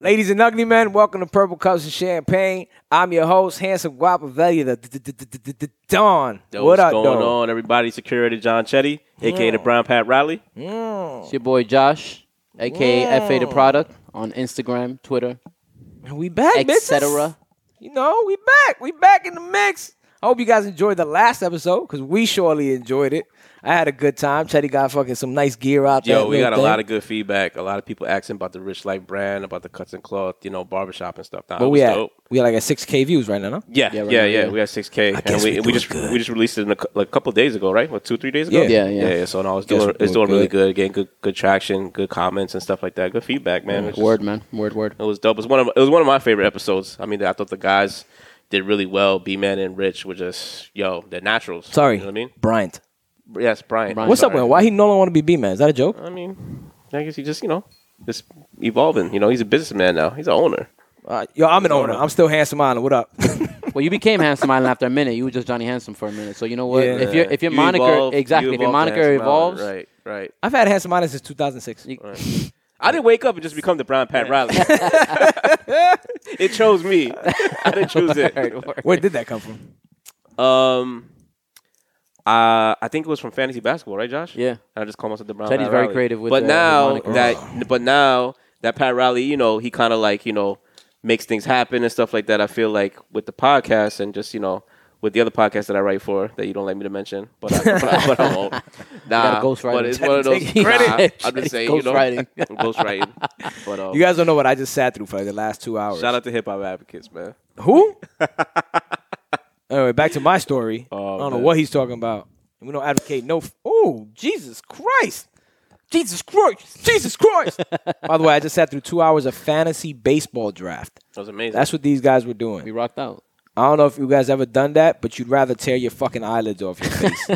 Ladies and ugly men, welcome to Purple Cups and Champagne. I'm your host, handsome guapa value, the d- d- d- d- d- d- Don. Yo, what what's up, going though? on, everybody? Security John Chetty, aka the Brown Pat Riley. It's your boy Josh, aka FA the product on Instagram, Twitter, Mm, We back, bitches. etc. You know, we back. We back in the mix. I hope you guys enjoyed the last episode because we surely enjoyed it. I had a good time. Chetty got fucking some nice gear out there. Yo, we got a lot of good feedback. A lot of people asking about the Rich Life brand, about the cuts and cloth, you know, barbershop and stuff. Nah, it But was we had dope. we had like a six k views right now. No? Yeah, Yeah, yeah, right yeah, now, yeah. We had six K, and guess we, we we, doing just good. we just released it in a, cou- like, a couple days ago, right? What two, three days ago? Yeah. Yeah, yeah. So now it's Guess doing we're it's doing doing really good. good, getting good good traction, good comments and stuff like that. Good feedback, man. It's just- Word, man. Word, word. It was dope. It was one of it was one of my favorite episodes. I mean, I thought the guys did really well. B Man and Rich were just yo, they're naturals. Sorry, you know what I mean? Bryant. Yes, Brian. Brian. What's up Sorry. with him? Why he no longer want to be B man? Is that a joke? I mean, I guess he just you know just evolving. You know, he's a businessman now. He's an owner. Uh, yo, I'm an owner. I'm still handsome island. What up? Well, you became Handsome Island after a minute. You were just Johnny Handsome for a minute. So you know what? Yeah. If your if your You moniker evolve- you exactly if evolve your to moniker Handsome Allen. evolves, right, right. I've had handsome island since 2006. you- I didn't wake up and just become the Brian Pat Riley. it chose me. I didn't choose it. Word, word. Where did that come from? Um, uh, I think it was from fantasy basketball, right, Josh? Yeah. And I just call myself the Brown. Teddy's Pat very Riley. creative with, but uh, now his monikers. that, but now that Pat Riley, you know, he kind of like you know makes things happen and stuff like that. I feel like with the podcast and just you know with the other podcast that I write for that you don't like me to mention, but I, but I, but I won't. Nah, ghostwriter. but it's one of those. Take credit. Nah, I'm just saying, you know, Ghostwriting. ghostwriting. But um, You guys don't know what I just sat through for like the last two hours. shout out to hip hop advocates, man. Who? anyway, back to my story. Oh, I don't know man. what he's talking about. We don't advocate no. F- oh, Jesus Christ. Jesus Christ. Jesus Christ. By the way, I just sat through two hours of fantasy baseball draft. That was amazing. That's what these guys were we doing. rocked out. I don't know if you guys ever done that, but you'd rather tear your fucking eyelids off your face.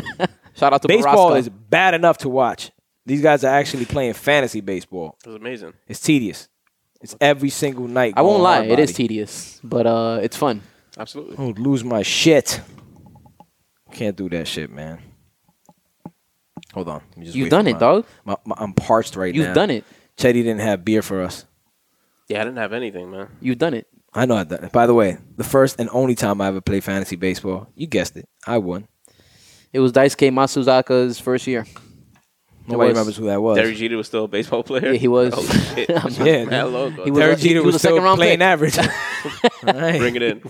Shout out to baseball Barrasco. is bad enough to watch. These guys are actually playing fantasy baseball. it was amazing. It's tedious. It's every single night. I won't going lie, hard it is body. tedious, but uh, it's fun. Absolutely. I would lose my shit. Can't do that shit, man. Hold on. Let me just You've wait for done it, my- dog. my- my- I'm parched right now. You've done it. Chetty didn't have beer for us. Yeah, I didn't have anything, man. You've done it. I know I done it. By the way, the first and only time I ever played fantasy baseball, you guessed it. I won. It was Daisuke Masuzaka's first year. It Nobody was- remembers who that was. Derek Jeter was still a baseball player. Yeah, he was. Oh, shit. I'm not- Yeah, Mad dude. long ago. He was Derek a- Jeter was, he was a still second-round playing pick. average. All right. Bring it in.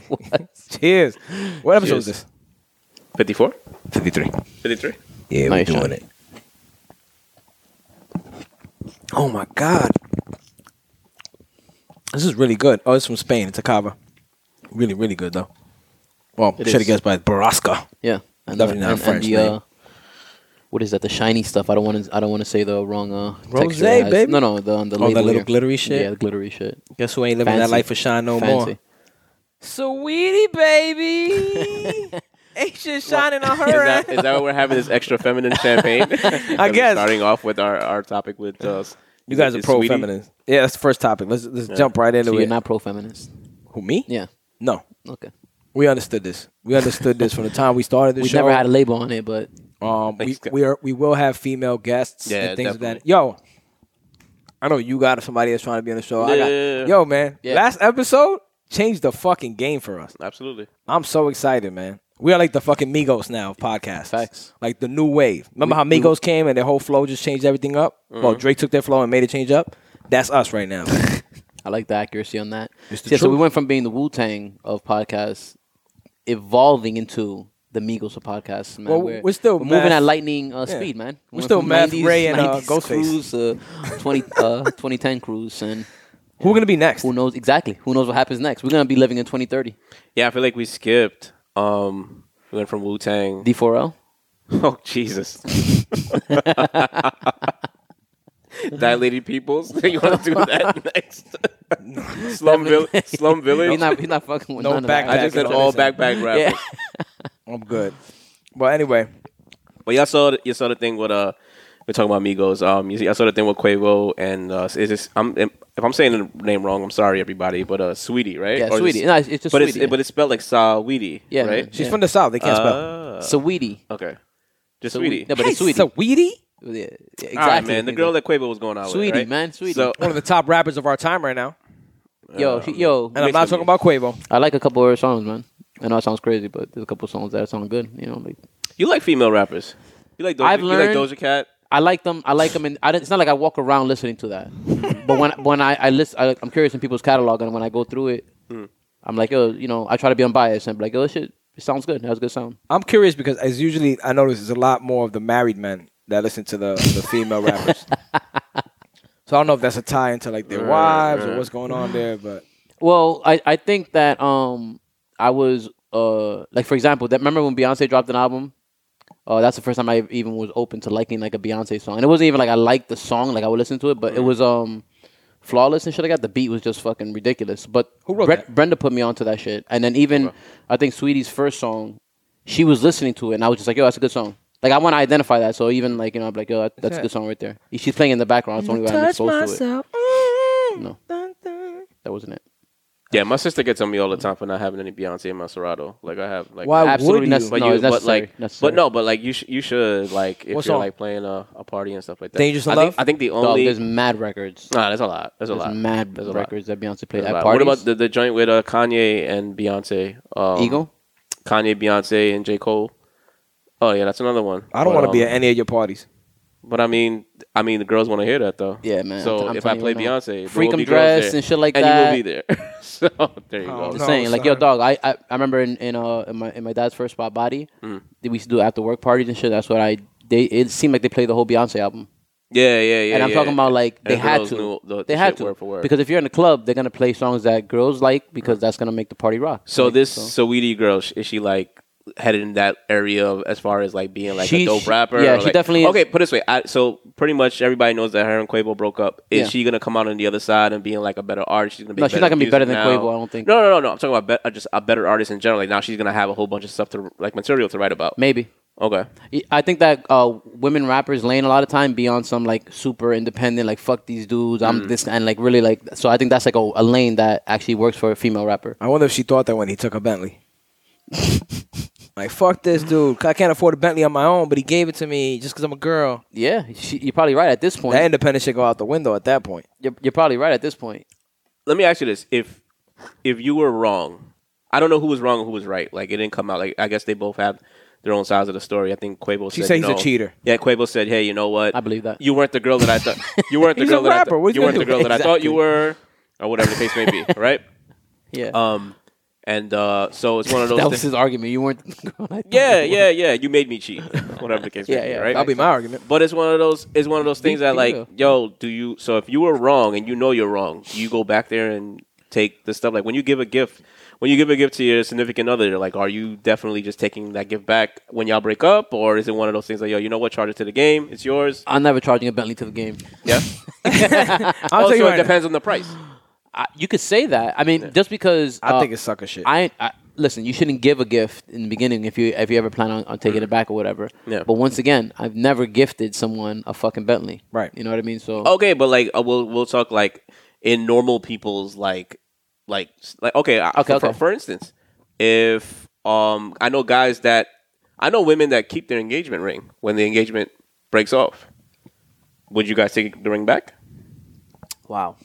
Cheers. What episode Cheers. is this? 54? 53. 53? Yeah, Nice we're doing shot. it. Oh my god. This is really good. Oh, it's from Spain. It's a cava. Really, really good though. Well, It should have is. guessed by Barasca. Yeah, and Definitely the, not and, French and the, name. uh, what is that? The shiny stuff. I don't want to. I don't want to say the wrong. Uh, texture. Rosé, I- baby. No, no. The the the label Oh, little here. glittery shit? Yeah, the glittery shit. Guess who ain't living that Fancy. life for shine no more? Fancy. Sweetie baby. ain't shit shining on Is that, is that what we're having this extra feminine champagne? I guess. Starting off with our, our topic with uh, You guys are pro feminist. Yeah, that's the first topic. Let's let's jump right into So it. you're not pro feminist. who me? Yeah. No. Okay. We understood this. We understood this from the time we started this We show. never had a label on it, but Um, we Thanks, guys. we, are, we will have female guests Yeah, and things of that. definitely. Yo, I know you got somebody that's trying to be on the show. I got, Yeah. Yo, man, Yeah. last episode changed the fucking game for us. Absolutely. I'm so excited, man. We are like the fucking Migos now of podcasts. Facts. Like the new wave. Remember how Migos came and their whole flow just changed everything up? Well, Drake took their flow and made it change up. That's us right now. I like the accuracy on that. It's the Yeah, so we truth. went from being the Wu Tang of podcasts, evolving into the Migos of podcasts. Man. Well, we're still math- moving at lightning uh, speed, man. We're went still from Math Ray and, uh, Ghostface. Cruise, uh, 20, uh, 2010 Cruise, and Who are gonna be next? who knows exactly? Who knows what happens next? We're gonna be living in 2030. Yeah, I feel like we skipped. Um, we went from Wu Tang. D4L. Oh, Jesus. Dilated peoples. you want to do that next? slum, vill- slum Village. He's not. He's not fucking with No none back- of I that. just said Back- all backpack rappers. Yeah. I'm good. Well, anyway, But y'all saw the, you saw the thing with uh we're talking about Migos. Um, you see, I saw the thing with Quavo and uh, is this I'm if I'm saying the name wrong, I'm sorry everybody. But uh, Sweetie, right? Yeah, is it- Sweetie. No, it's- it's just but Sweetie, It's, yeah. But it's spelled like Saweetie, Yeah, right? man. she's Yeah. from the south. They can't spell. Uh, Saweetie. okay, just Saweetie. Sweetie. No, but it's Hey, Sweetie. Saweetie? Yeah, yeah, exactly. All right, man. The girl that Quavo was going out with, Sweetie, right? man, Sweetie. So One of the top rappers of our time right now. Yo, he- yo, And I'm not talking about Quavo. I like a couple of her songs, man. I know it sounds crazy, but there's a couple songs that sound good. You know, like You like female rappers. You like Doja, I've you learned- like Doja Cat. I like them. I like them, and I didn't, it's not like I walk around listening to that. but when when I I list, I, I'm curious in people's catalog, and when I go through it, I'm like, yo, you know, I try to be unbiased and be like, yo, this shit, it sounds good. That was a good sound. I'm curious because as usually I notice there's a lot more of the married men that listen to the, the female rappers. So I don't know if that's a tie into like their wives or what's going on there, but Well, I, I think that um I was uh like for example that remember when Beyonce dropped an album. Uh, that's the first time I even was open to liking like a Beyonce song, and it wasn't even like I liked the song, like I would listen to it, but it was um flawless and shit. I got the beat was just fucking ridiculous. But Who wrote Bre- that? Brenda put me onto that shit, and then even I think Sweetie's first song, she was listening to it, and I was just like, yo, that's a good song. Like I want to identify that, so even like you know, I'm like, yo, that- that's a good song right there. She's playing in the background, so only way I'm exposed to it. No. That wasn't it. Yeah, my sister gets on me all the time for not having any Beyonce and Maserati. Like I have, like Why Absolutely would you? necessary. but No, you, it's but necessary. like, Necessary. but no, but like you, sh- you should like if What you're song? like playing a, a party and stuff like that. Dangerous in I think, Love? I think the Dog, only there's mad records. nah, there's a lot. There's a There's lot. mad There's a lot. records that Beyonce played There's a at lot. parties. What about the, the joint with uh, Kanye and Beyonce? Um, Eagle? Kanye, Beyonce, and J Cole. Oh yeah, that's another one. I don't But, want to be um, at any of your parties. But I mean, I mean, the girls want to hear that though. Yeah, man. I'm t- So I'm if I telling play you right now. Beyonce, there Freak will 'em be girls dress there, and shit like and that. you will be there. so there you Oh, go. no. Just saying, like yo, sorry. dog. I, I, I remember in in, uh, in my in my dad's first spot, body. Mm. that We used to do after work parties and shit. That's what I. They it seemed like they played the whole Beyonce album, Yeah, yeah, yeah. and I'm yeah. talking about like they And had girls to. knew the- the they had shit to word for word. because if you're in a club, they're gonna play songs that girls like because that's gonna make the party rock. So Like, this Saweetie girl, sh- is she like headed in that area of, as far as like being like She- a dope she- rapper? yeah, or, she like- definitely is. Okay, put it this way. I, so pretty much everybody knows that her and Quavo broke up. Is Yeah. she gonna come out on the other side and being like a better artist? She's gonna be No, a she's not gonna be better than musician now. Quavo, I don't think. No, no, no, no. I'm talking about bet- uh, just a better artist in general. Like now she's gonna have a whole bunch of stuff to like material to write about. maybe. Okay. I think that uh, women rappers laying a lot of time beyond some like super independent, like fuck these dudes, I'm this, and like really like. So I think that's like a, a lane that actually works for a female rapper. I wonder if she thought that when he took a Bentley. like fuck this dude, I can't afford a Bentley on my own, but he gave it to me just because I'm a girl. Yeah, she, you're probably right at this point. That independence should go out the window at that point. you're, you're probably right at this point. Let me ask you this: if if you were wrong, I don't know who was wrong and who was right. Like it didn't come out. Like I guess they both have their own sides of the story. I think Quavo She said said you he's a know- cheater. Yeah, Quavo said, "Hey, you know what? I believe that. you weren't the girl that I thought you weren't the He's girl a that rapper. I What thought is you he weren't the gonna girl do? that I thought you were, or whatever the case may be, right? Yeah, Um, and uh, so it's one of those. that was things. his argument. You weren't. yeah, yeah, yeah. You made me cheat, whatever the case Yeah, may be, yeah, right? That'll be my argument. But it's one of those. It's one of those things that, like, yo, do you? So if you were wrong and you know you're wrong, you go back there and take the stuff. Like when you give a gift, when you give a gift to your significant other, like, are you definitely just taking that gift back when y'all break up, or is it one of those things like, yo, you know what, charge it to the game, it's yours. I'm never charging a Bentley to the game. Yeah. I'll also, tell you it right now, depends on the price. I, you could say that. I mean, just because I uh, think it's sucker shit. I, I listen. You shouldn't give a gift in the beginning if you if you ever plan on, on taking it back or whatever. Yeah. But once again, I've never gifted someone a fucking Bentley. Right. You know what I mean? So Okay, but like uh, we'll we'll talk like in normal people's like like s- like okay okay, Okay, for, okay. for instance, if um I know guys that I know women that keep their engagement ring when the engagement breaks off. Would you guys take the ring back? wow.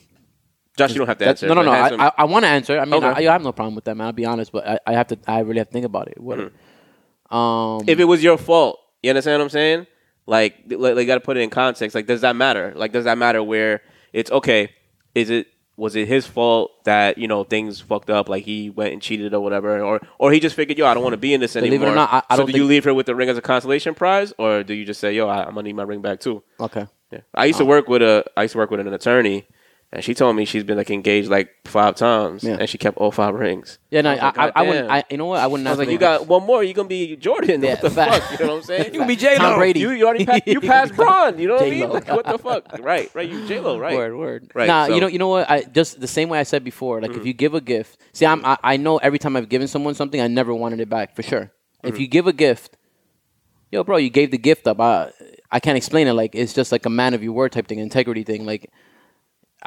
Josh, you don't have to That's, answer. no, no, but no. handsome- I, I, I want to answer. I mean, Okay. I, I have no problem with that, man. I'll be honest, but I, I have to. I really have to think about it. What, Um, Mm-hmm. if it was your fault, you understand what I'm saying? Like, th- like they got to put it in context. Like, does that matter? Like, does that matter where it's okay? Is it was it his fault that you know things fucked up? Like he went and cheated or whatever, or or he just figured, yo, I don't want to be in this Believe it or anymore. not, I- I so don't do you think- leave her with the ring as a consolation prize, or do you just say, yo, I, I'm gonna need my ring back too? okay. Yeah. I Uh-huh. used to work with a I used to work with an attorney, and she told me she's been like engaged like five times, Yeah. and she kept all five rings. Yeah, no, I, was like, I, I wouldn't. "Goddamn." I, you know what? I wouldn't. I was ask like, you them. got one more, you're gonna be Jordan. Yeah, what the fact. fuck? You know what I'm saying? You can be J-Lo. Tom Brady. You, you already pa- you passed Braun. You know what I mean? J-Lo. Like, what the fuck? Right, right. You J Lo, right? Word, word. Right, Nah, so- Mm-hmm. you know, you know what? I just the same way I said before. Like, if you give a gift, see, I'm, I, I know every time I've given someone something, I never wanted it back for sure. Mm-hmm. If you give a gift, yo, bro, you gave the gift up. I, I can't explain it. Like, it's just like a man of your word type thing, integrity thing. Like,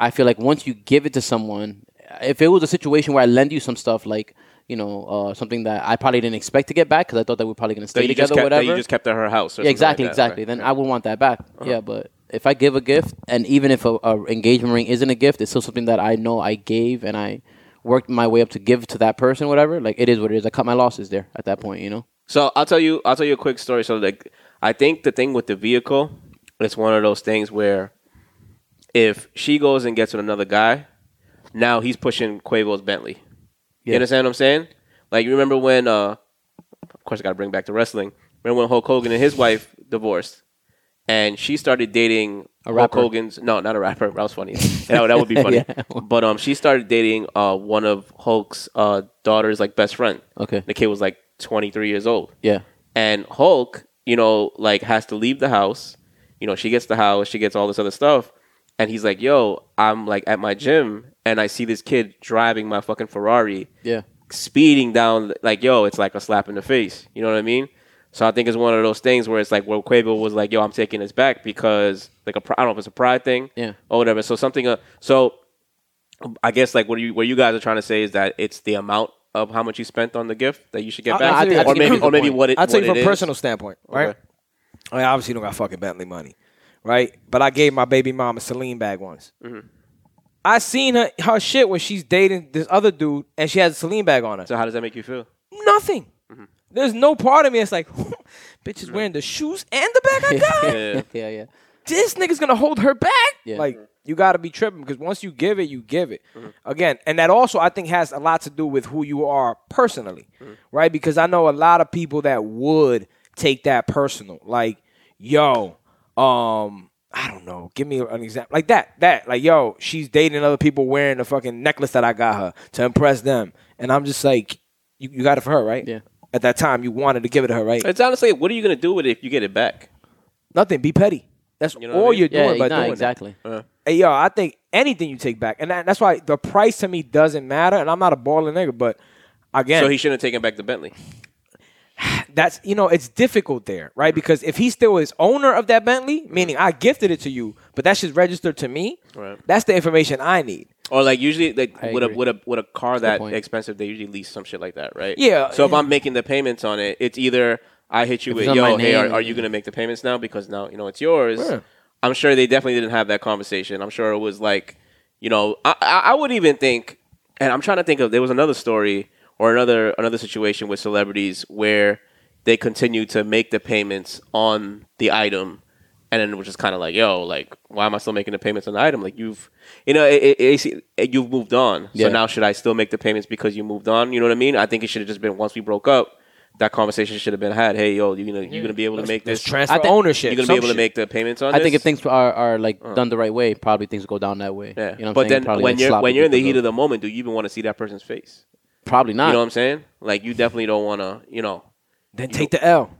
I feel like once you give it to someone, if it was a situation where I lend you some stuff, like. You know, uh, something that I probably didn't expect to get back because I thought that we are probably gonna stay That you together, just kept, that Uh-huh. whatever. you just kept at her house. Or Yeah, exactly, something like that. exactly. Okay. Then I would want that back. Yeah, but if I give a gift, and even if a, a engagement ring isn't a gift, it's still something that I know I gave and I worked my way up to give to that person, whatever. Like it is what it is. I cut my losses there at that point, you know. So I'll tell you, I'll tell you a quick story. So like, I think the thing with the vehicle, it's one of those things where if she goes and gets with another guy, now he's pushing Quavo's Bentley. You Yeah. understand what I'm saying? Like, you remember when? uh Of course, I got to bring back the wrestling. Remember when Hulk Hogan and his wife divorced, and she started dating A Hulk rapper. Hogan's? No, not a rapper. That was funny. that, would- that would be funny. Yeah. But um, she started dating uh one of Hulk's uh daughters, like best friend. Okay. The kid was like 23 years old Yeah. and Hulk, you know, like has to leave the house. You know, she gets the house, she gets all this other stuff, and he's like, "Yo, I'm like at my gym, and I see this kid driving my fucking Ferrari, Yeah. speeding down. Like, yo, it's like a slap in the face. You know what I mean?" So I think it's one of those things where it's like where Quavo was like, "Yo, I'm taking this back because like a pri- I don't know if it's a pride thing, Yeah. or whatever." So something, uh, so I guess like what you what you guys are trying to say is that it's the amount of how much you spent on the gift that you should get I- back, I think- I or think it's a maybe good or maybe point. what it I'll tell you what from it a is. personal standpoint, right? Okay. I obviously don't got fucking Bentley money, right? But I gave my baby mom a Celine bag once. Mm-hmm. I seen her her shit where she's dating this other dude and she has a Celine bag on her. So Mm-hmm. how does that make you feel? Nothing. There's no part of me that's like, bitch Mm-hmm. is wearing the shoes and the bag I got. Yeah. yeah. Yeah. This nigga's gonna hold her back. Yeah. Like you gotta be tripping because once you give it, you give it. Again, and that also I think has a lot to do with who you are personally, right? Because I know a lot of people that would take that personal. Like, yo, um, I don't know. Give me an example like that. That like, yo, she's dating other people wearing the fucking necklace that I got her to impress them, and I'm just like, you, you got it for her, right? Yeah. At that time, you wanted to give it to her, right? It's honestly, what are you gonna do with it if you get it back? Nothing. Be petty. That's know what I all mean? you're Yeah. doing by nah, doing that. exactly. Hey, yo, I think anything you take back, and that, that's why the price to me doesn't matter. And I'm not a baller nigga, but again, So he shouldn't have taken back the Bentley. that's you know it's difficult there, right? Because if he still is owner of that Bentley, meaning I gifted it to you, but that shit's registered to me. Right. That's the information I need. Or like usually like I with a agree. with a with a car good that point. expensive, they usually lease some shit like that, right? Yeah. So if I'm making the payments on it, it's either I hit you it's with on yo, my hey, are, name- are you gonna make the payments now because now you know it's yours? Yeah. I'm sure they definitely didn't have that conversation. I'm sure it was like, you know, I I, I would even think, and I'm trying to think of there was another story or another another situation with celebrities where they continue to make the payments on the item and then it was just kind of like, yo, like, why am I still making the payments on the item? Like, you've, you know, it, it, it's- it- you've moved on. Yeah. So now should I still make the payments because you moved on? You know what I mean? I think it should have just been once we broke up, that conversation should have been had. Hey, yo, you gonna you gonna be able to make There's this? transfer I thi- ownership. you gonna be some able to shit. make the payments on? I think this? if things are, are like done the right way, probably things go down that way. Uh-huh. yeah. You know what I'm but saying? then Probably, when like, you're sloppy when you're in the people heat do. of the moment, do you even want to see that person's face? probably not. You know what I'm saying? Like, you definitely don't want to, you know, Then take the L.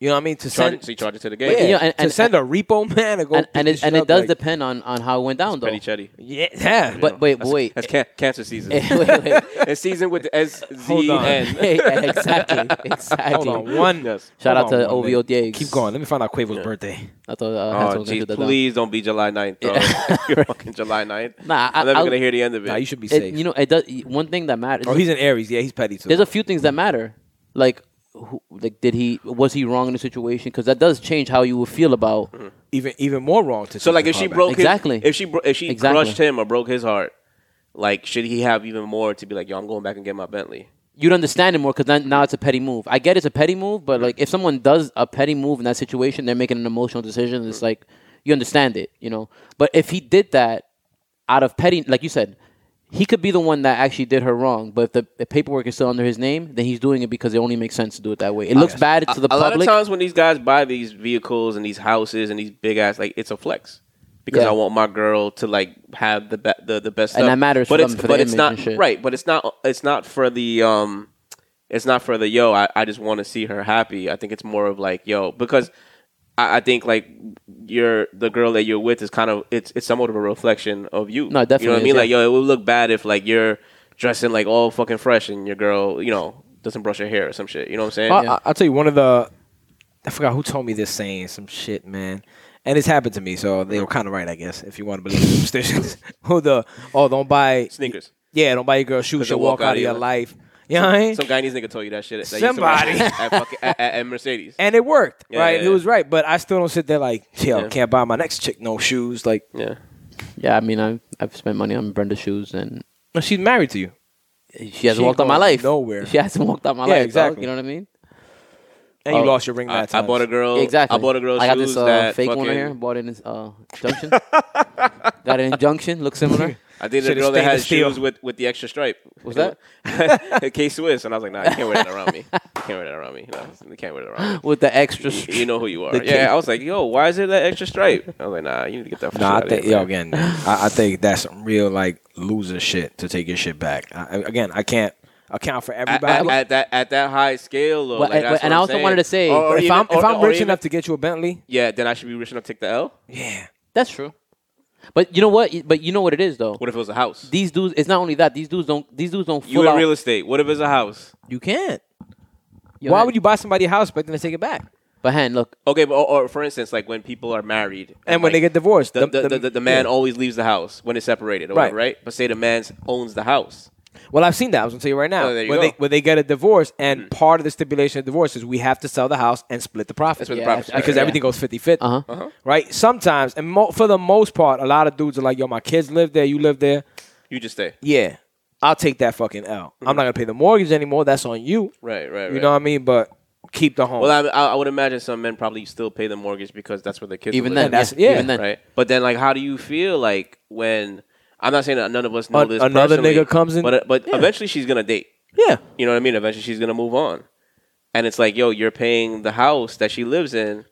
You know what I mean? To charge send, it, so you charge it to the yeah, game. you know, and- to and- send a repo man to go. and and pick it, this and shit it up, does like, depend on, on how it went down though. Petty Chetty. Yeah, yeah. But wait, That's- wait, that's can- cancer season. wait, wait. it's season with the S Hold Z on. N. exactly, uh, exactly. hold on, one. Yes. Shout hold out to on one OVO minute. Diggs. Keep going. Let me find out Quavo's birthday. I thought uh, Hansel Oh, was gonna geez, do that down. please don't be July 9th, bro. You're fucking July 9th. Nah, I- I'm never I'll- going to hear the end of it. Nah, you should be safe. It, you know, it does. One thing that matters. oh, he's an Aries. Yeah, he's petty too. there's a few things that matter. Like, who, like, did he? Was he wrong in the situation? Because that does change how you will feel about. even even more wrong to so, take like, the if she car back. broke Exactly. his, if she bro- if she Exactly. crushed him or broke his heart, like, should he have even more to be like, yo, I'm going back and get my Bentley? You'd understand it more because now it's a petty move. I get it's a petty move, but like, if someone does a petty move in that situation, they're making an emotional decision. It's like you understand it, you know. But if he did that out of petty, like you said. He could be the one that actually did her wrong, but if the the paperwork is still under his name, then he's doing it because it only makes sense to do it that way. It looks bad to the a lot of public. times when these guys buy these vehicles and these houses and these big ass, like, it's a flex. Because Yeah. I want my girl to like have the be- the, the best And stuff. that matters but for it's them, for the but it's image not and shit. right. But it's not it's not for the um, it's not for the yo. I, I just want to see her happy. I think it's more of like yo because I, I think like your the girl that you're with is kind of it's it's somewhat of a reflection of you. you know what No, it I definitely mean. is, Like yeah. yo, it would look bad if like you're dressing like all fucking fresh and your girl you know doesn't brush her hair or some shit. You know what I'm saying? Uh, I, I- I'll tell you one of the I forgot who told me this saying some shit, man. And it's happened to me, so they were kind of right, I guess. If you want to believe in superstitions, who the oh don't buy Sneakers. yeah don't buy your girl shoes. they She'll walk out of your li- life. You know what I mean? Some Guyanese nigga told you that shit. That you Somebody. used to ride at, fucking, at, at, at Mercedes. and it worked, Yeah, right? yeah, It yeah. was right, but I still don't sit there like, yo, Yeah. can't buy my next chick no shoes. Like, Yeah. Yeah, I mean, I've, I've spent money on Brenda's shoes, and no, she's married to you. she hasn't She walked out my going life. nowhere. She hasn't walked out my Yeah, life. Exactly. exactly. You know what I mean? And Oh, you lost your ring I, that I time. bought a girl. exactly. I bought a girl. I got shoes this uh, that fake one right fucking- here. Bought it in uh, Junction. got an injunction. Looks similar. I dated a Should've girl that stayed had in steel. shoes with, with the extra stripe. Was that? K Swiss? And I was like, nah, you can't wear that around me. Can't wear that around me. No, you can't wear that around me. with the extra. str- You know who you are. The Yeah, K- I was like, yo, why is there that extra stripe? I was like, nah, you need to get that. Nah, I fucking think shit yo out of here, man. again. I, I think that's some real like loser shit to take your shit back. I, I- again, I can't account for At, everybody. at, at that at that high scale, though, Well, like, and- that's what and I I'm also saying. wanted to say, Or- or if even- I'm if or- I'm or rich even- enough to get you a Bentley, yeah, then I should be rich enough to take the L. yeah, That's true. But you know what? But you know what it is though. What if it was a house? These dudes. It's not only that. These dudes don't. These dudes don't. You full in out- real estate. What if it's a house? you can't. Yo, Why Hen- would you buy somebody a house but then take it back? But hand, look. Okay, but or, or for instance, like when people are married And when they get like, divorced, the the, the, the, man yeah. always leaves the house when it's separated, or Right. whatever, right? But say the man owns the house. Well, I've seen that. I was gonna tell you right now. Oh, there you when go. Mm. they when they get a divorce, and part of the stipulation of divorce is we have to sell the house and split the profits. That's where Yeah, the profits I- I- are, because right? everything goes 50-50. Uh-huh. Right? Sometimes, and mo- for the most part, a lot of dudes are like, "Yo, my kids live there. You live there. you just stay. Yeah, I'll take that fucking L. am Mm-hmm. not gonna pay the mortgage anymore. That's on you. Right, right, right. You know what I mean? But keep the home. well, I, I I would imagine some men probably still pay the mortgage because that's where the kids Even live, then, And that's- yeah, yeah. Even then. right? But then, like, how do you feel like when I'm not saying that none of us know An- this. another personally, nigga comes in- but but Yeah. eventually she's gonna date. yeah, You know what I mean? Eventually she's gonna move on, and it's like, yo, you're paying the house that she lives in.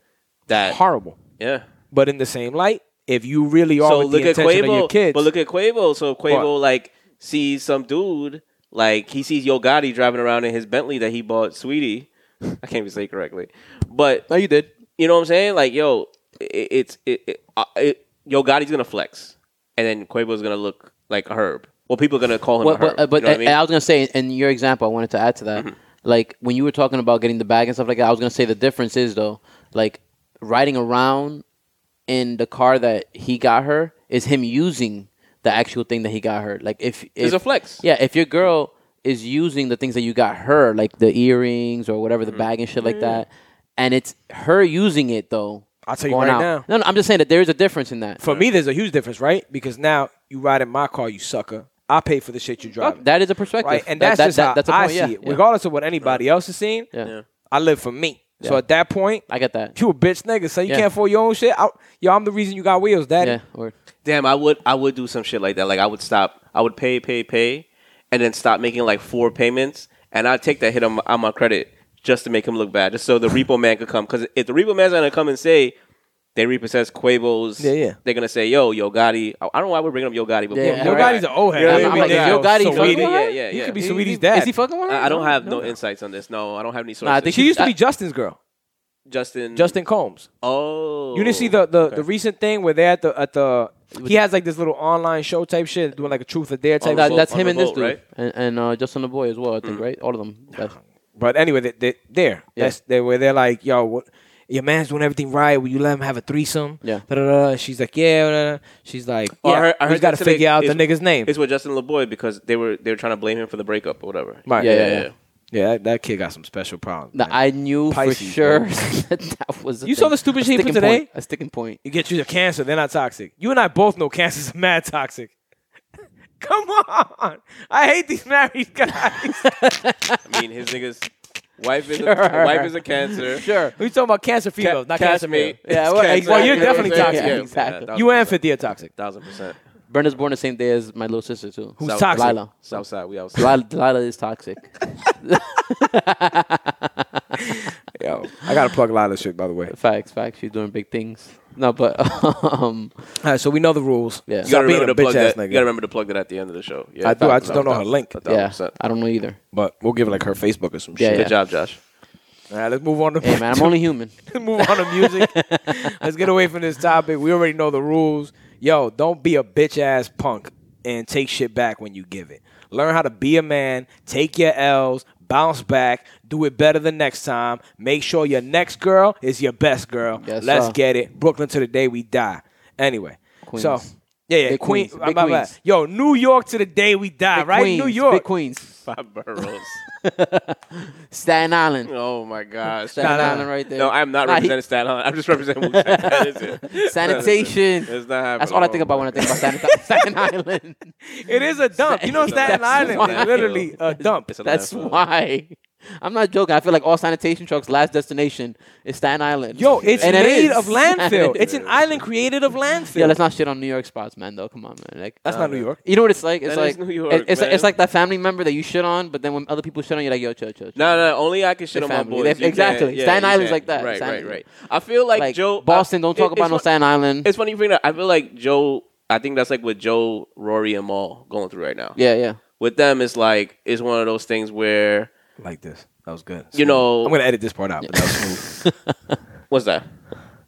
That horrible. yeah. But in the same light, if you really are So with look the at intention of your Quavo. kids, But look at Quavo. So if Quavo like sees some dude like he sees Yo Gotti driving around in his Bentley that he bought, sweetie. I can't even say it correctly, but No, you did. you know what I'm saying? Like yo, it, it's it, it, uh, it Yo Gotti's gonna flex, and then Quavo's gonna look like a herb. Well, people are gonna call him Well, a herb. but uh, but you know what I, I mean? Mm-hmm. I was gonna say in your example, I wanted to add to that. Like when you were talking about getting the bag and stuff like that, I was gonna say the difference is though, like riding around in the car that he got her is him using the actual thing that he got her. Like if, if It's a flex. Yeah, if your girl is using the things that you got her, like the earrings or whatever, the Mm-hmm. bag and shit Mm-hmm. like that, and it's her using it though. I'll tell you going right out. now. No, no, I'm just saying that there is a difference in that. for me, there's a huge difference, right? Because now you ride in my car, you sucker. I pay for the shit you drive. That is a perspective, right? And that's That- that- just that- how that's a I point. see yeah, it. yeah. Regardless of what anybody else is seeing, Yeah. Yeah. I live for me. So Yeah. at that point, I get that. you a bitch nigga, so you Yeah. can't afford your own shit. I, yo, I'm the reason you got wheels, daddy. Yeah, or Damn, I would I would do some shit like that. Like I would stop. I would pay, pay, pay, and then stop making like four payments, and I'd take that hit on my, on my credit just to make him look bad, just so the repo man could come. Because if the repo man's gonna come and say they repossess Quavo's, Yeah, yeah. they're gonna say, "Yo, Yo Gotti." I I don't know why we're bringing up Yo Gotti, but Yeah, yeah. Yo Right. Gotti's an old head. Yeah, I mean, I'm like, nigga, yo, Gotti's Gotti, Saweetie. fucking what? Yeah, yeah, He yeah. could be He- Saweetie's dad. Is he fucking with her? I, I don't have no, insights on this. No, I don't have any sources. Nah, I think she used to I- be Justin's girl, Justin. Justin Combs. Oh, You didn't see the the, the recent thing where they're at the at the. He has like this little online show type shit, doing like a truth or dare type. the Oh, That, shit. boat, that's on him the and this boat, dude, right? and, and uh, Justin the boy as well. I think Mm. right, all of them. That's- But anyway, they, they, there. Yeah. That's they, where they're like, yo, what, your man's doing everything right. Will you let him have a threesome? Yeah. Da-da-da. She's like, yeah. da-da-da." She's like, Oh, yeah. I heard- I we heard got to that today. figure out the It's- nigga's name. It's with Justin LeBoy because they were they were trying to blame him for the breakup or whatever. Right. Yeah, yeah, yeah. Yeah, that, that kid got some special problems. Nah, man. I knew for Pisces, sure bro. that that was. a You saw thing. the stupid A shit he put sticking today? point. A sticking point. you get you the cancer, they're not toxic. You and I both know cancer's mad toxic. Come on, I hate these married guys. I mean, his niggas. Wife is Sure. a, wife is a cancer. Sure. we talking about cancer Ca- females, not cast cancer male. me. Yeah, It's well, cast well, me. you're You know what I'm definitely saying? toxic. Yeah, Exactly. thousand You and percent. Fifty are toxic. thousand percent. Brenda's born the same day as my little sister too. Who's South- toxic? Lila. Southside, we outside. Delilah, Delilah is toxic. Yo, I gotta plug a lot of shit, by the way. Facts, facts. She's doing big things. No, but um, All right, so we know the rules. Yeah. You You Stop gotta, being remember a to plug bitch ass that. you gotta nigga. remember to plug that at the end of the show. Yeah, I do. I just thousand- don't know her link. thousand yeah, percent. I don't know either. But we'll give like her Facebook or some Yeah, shit. Good job, Josh. All right, let's move on to Hey man, I'm only human. move on to music. Let's get away from this topic. We already know the rules. Yo, don't be a bitch ass punk and take shit back when you give it. Learn how to be a man, take your L's, bounce back, do it better the next time. Make sure your next girl is your best girl. Yes, Let's sir. get it. Brooklyn to the day we die. Anyway, so Queens. yeah, yeah, Big Queen. Queens. my- Big my bad. Queens. Yo, New York to the day we die, Big right? Queens, New York. big Queens. Five boroughs. Staten Island. oh my gosh. Staten Nah, nah. Island right there. No, I'm not Nah, he- representing Staten Island. I'm just representing Wu-Tang. That is it. Sanitation. That is it. It's not happening. That's all I think um, Oh, about my when I think God. about Staten, Staten Island. It is a dump. You know, Staten Island is That's- literally a dump. It's a That's landfill. why. I'm not joking. I feel like all sanitation trucks' last destination is Staten Island. Yo, it's And it made is. of landfill. It It's an island created of landfill. Yeah, let's not shit on New York spots, man. Though, come on, man. Like uh, That's not New York. You know what it's like? It's That is like New York, it- it's man. it's like that family member that you shit on, but then when other people shit on you, like yo, chill, chill, chill. No, no, only I can shit The on my family. boys. They- You can't- exactly. yeah, Staten you Island's can't. like that. Right, Staten right, Island. right. I feel like, like Joe Boston. Don't I- talk it- about it's no fu- Staten Island. It's funny you bring that. I feel like Joe. I think that's like what Joe, Rory, and Maul going through right now. Yeah, yeah. With them, it's like it's one of those things where like this. That was good. you know I'm gonna edit this part out. But that was smooth. what's that?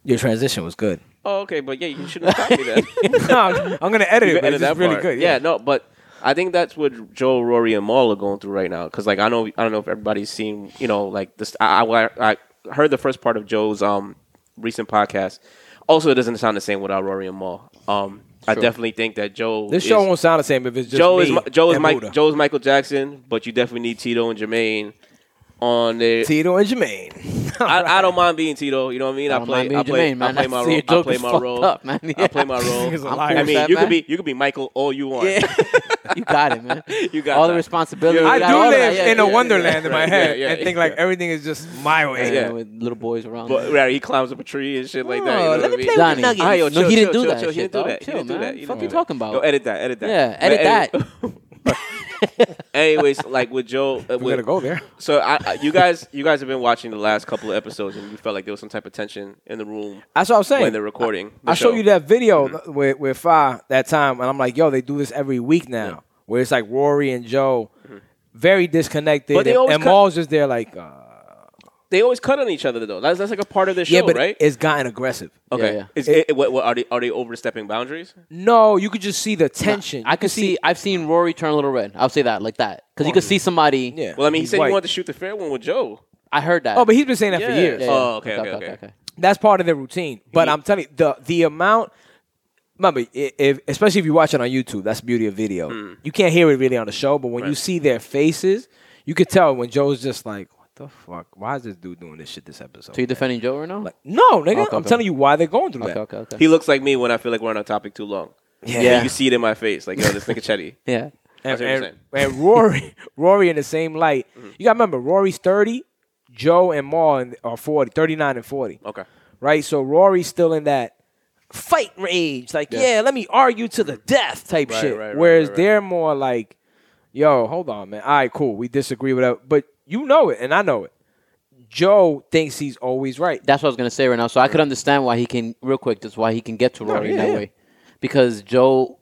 Your transition was good. Oh, okay, but yeah, you shouldn't have stopped me then. I'm gonna edit it. But it's Edit that just really part. good. Yeah. no, but I think that's what Joe, Rory, and Maul are going through right now. Because like I know, I don't know if everybody's seen, you know, like this. I, I I heard the first part of Joe's um recent podcast. Also, it doesn't sound the same without Rory and Maul. Um, I definitely think that Joe. This is- show won't sound the same if it's just Joe me is Mi- Joe is and Mike Buddha. Joe is Michael Jackson, but you definitely need Tito and Jermaine on there. Tito and Jermaine. I, I don't mind being Tito. You know what I mean? I I don't play. mind being I play. Jermaine, I man. play my I see role. your I joke play is my fucked role. up, man. I play my He's a role. liar. I mean, Fat you could man. be you could be Michael all you want. Yeah. you got it, man. You got all that. the responsibility. Yeah, I You do got all of that. live Yeah, in yeah, a yeah, wonderland in my right, head yeah, yeah, and think yeah. like everything is just my way. Yeah. yeah. with little boys around. But right, he climbs up a tree and shit like that. You Oh, know let what I me mean? play with Donnie. Nuggets. All right, yo, no, chill, he didn't chill, do chill, that. chill. He shit, didn't do dog. that. He Chill, didn't do man. that. He Fuck didn't you do that. talking about? Yo, edit that. Edit that. Yeah, But edit any- Anyways, like with Joe, uh, We're with, gonna go there. so I, I, you guys, you guys have been watching the last couple of episodes, and you felt like there was some type of tension in the room That's what I'm saying. when they're recording. the I showed show. you that video Mm-hmm. with with Fa that time, and I'm like, yo, they do this every week now, where it's like Rory and Joe, very disconnected, Mm-hmm. But they and- always and cut- Maul's just there like, uh, They always cut on each other though. That's, that's like a part of the show, yeah, but right? it's gotten aggressive. okay. Yeah, yeah. Is it, what, what, are they are they overstepping boundaries? No, you could just see the tension. I You could see. I've seen Rory turn a little red. I'll say that like that because you could see somebody. yeah. Well, I mean, he He's said white. he wanted to shoot the fair one with Joe. I heard that. Oh, but he's been saying that for Yeah. years. Yeah, yeah. Oh, okay, okay, okay. That's part of their routine. But I'm telling you, the the amount. Remember, i- if, especially if you watch it on YouTube, that's the beauty of video. Mm. You can't hear it really on the show, but when you see their faces, you could tell when Joe's just like, "What the fuck? Why is this dude doing this shit this episode?" So you defending Joe right now? No, nigga, Okay, I'm okay. telling you why they're going through okay, that. okay, okay. He looks like me when I feel like we're on a topic too long. Yeah. you can see it in my face. Like, yo, this nigga Chetty. yeah. And, That's what you're Mm-hmm. and, and Rory, Rory in the same light. You got to remember, Rory's 30, Joe and Maul in- are 40, 39 and 40. Okay. right? So Rory's still in that fight rage, like, yeah, let me argue to the death type Right, shit. right, right, Whereas right, right. they're more like, yo, hold on, man. All right, cool. We disagree with that. But you know it, and I know it. Joe thinks he's always right. That's what I was gonna say right now. So I could understand why he can real quick. That's why he can get to Rory in yeah, that yeah. way, because Joe,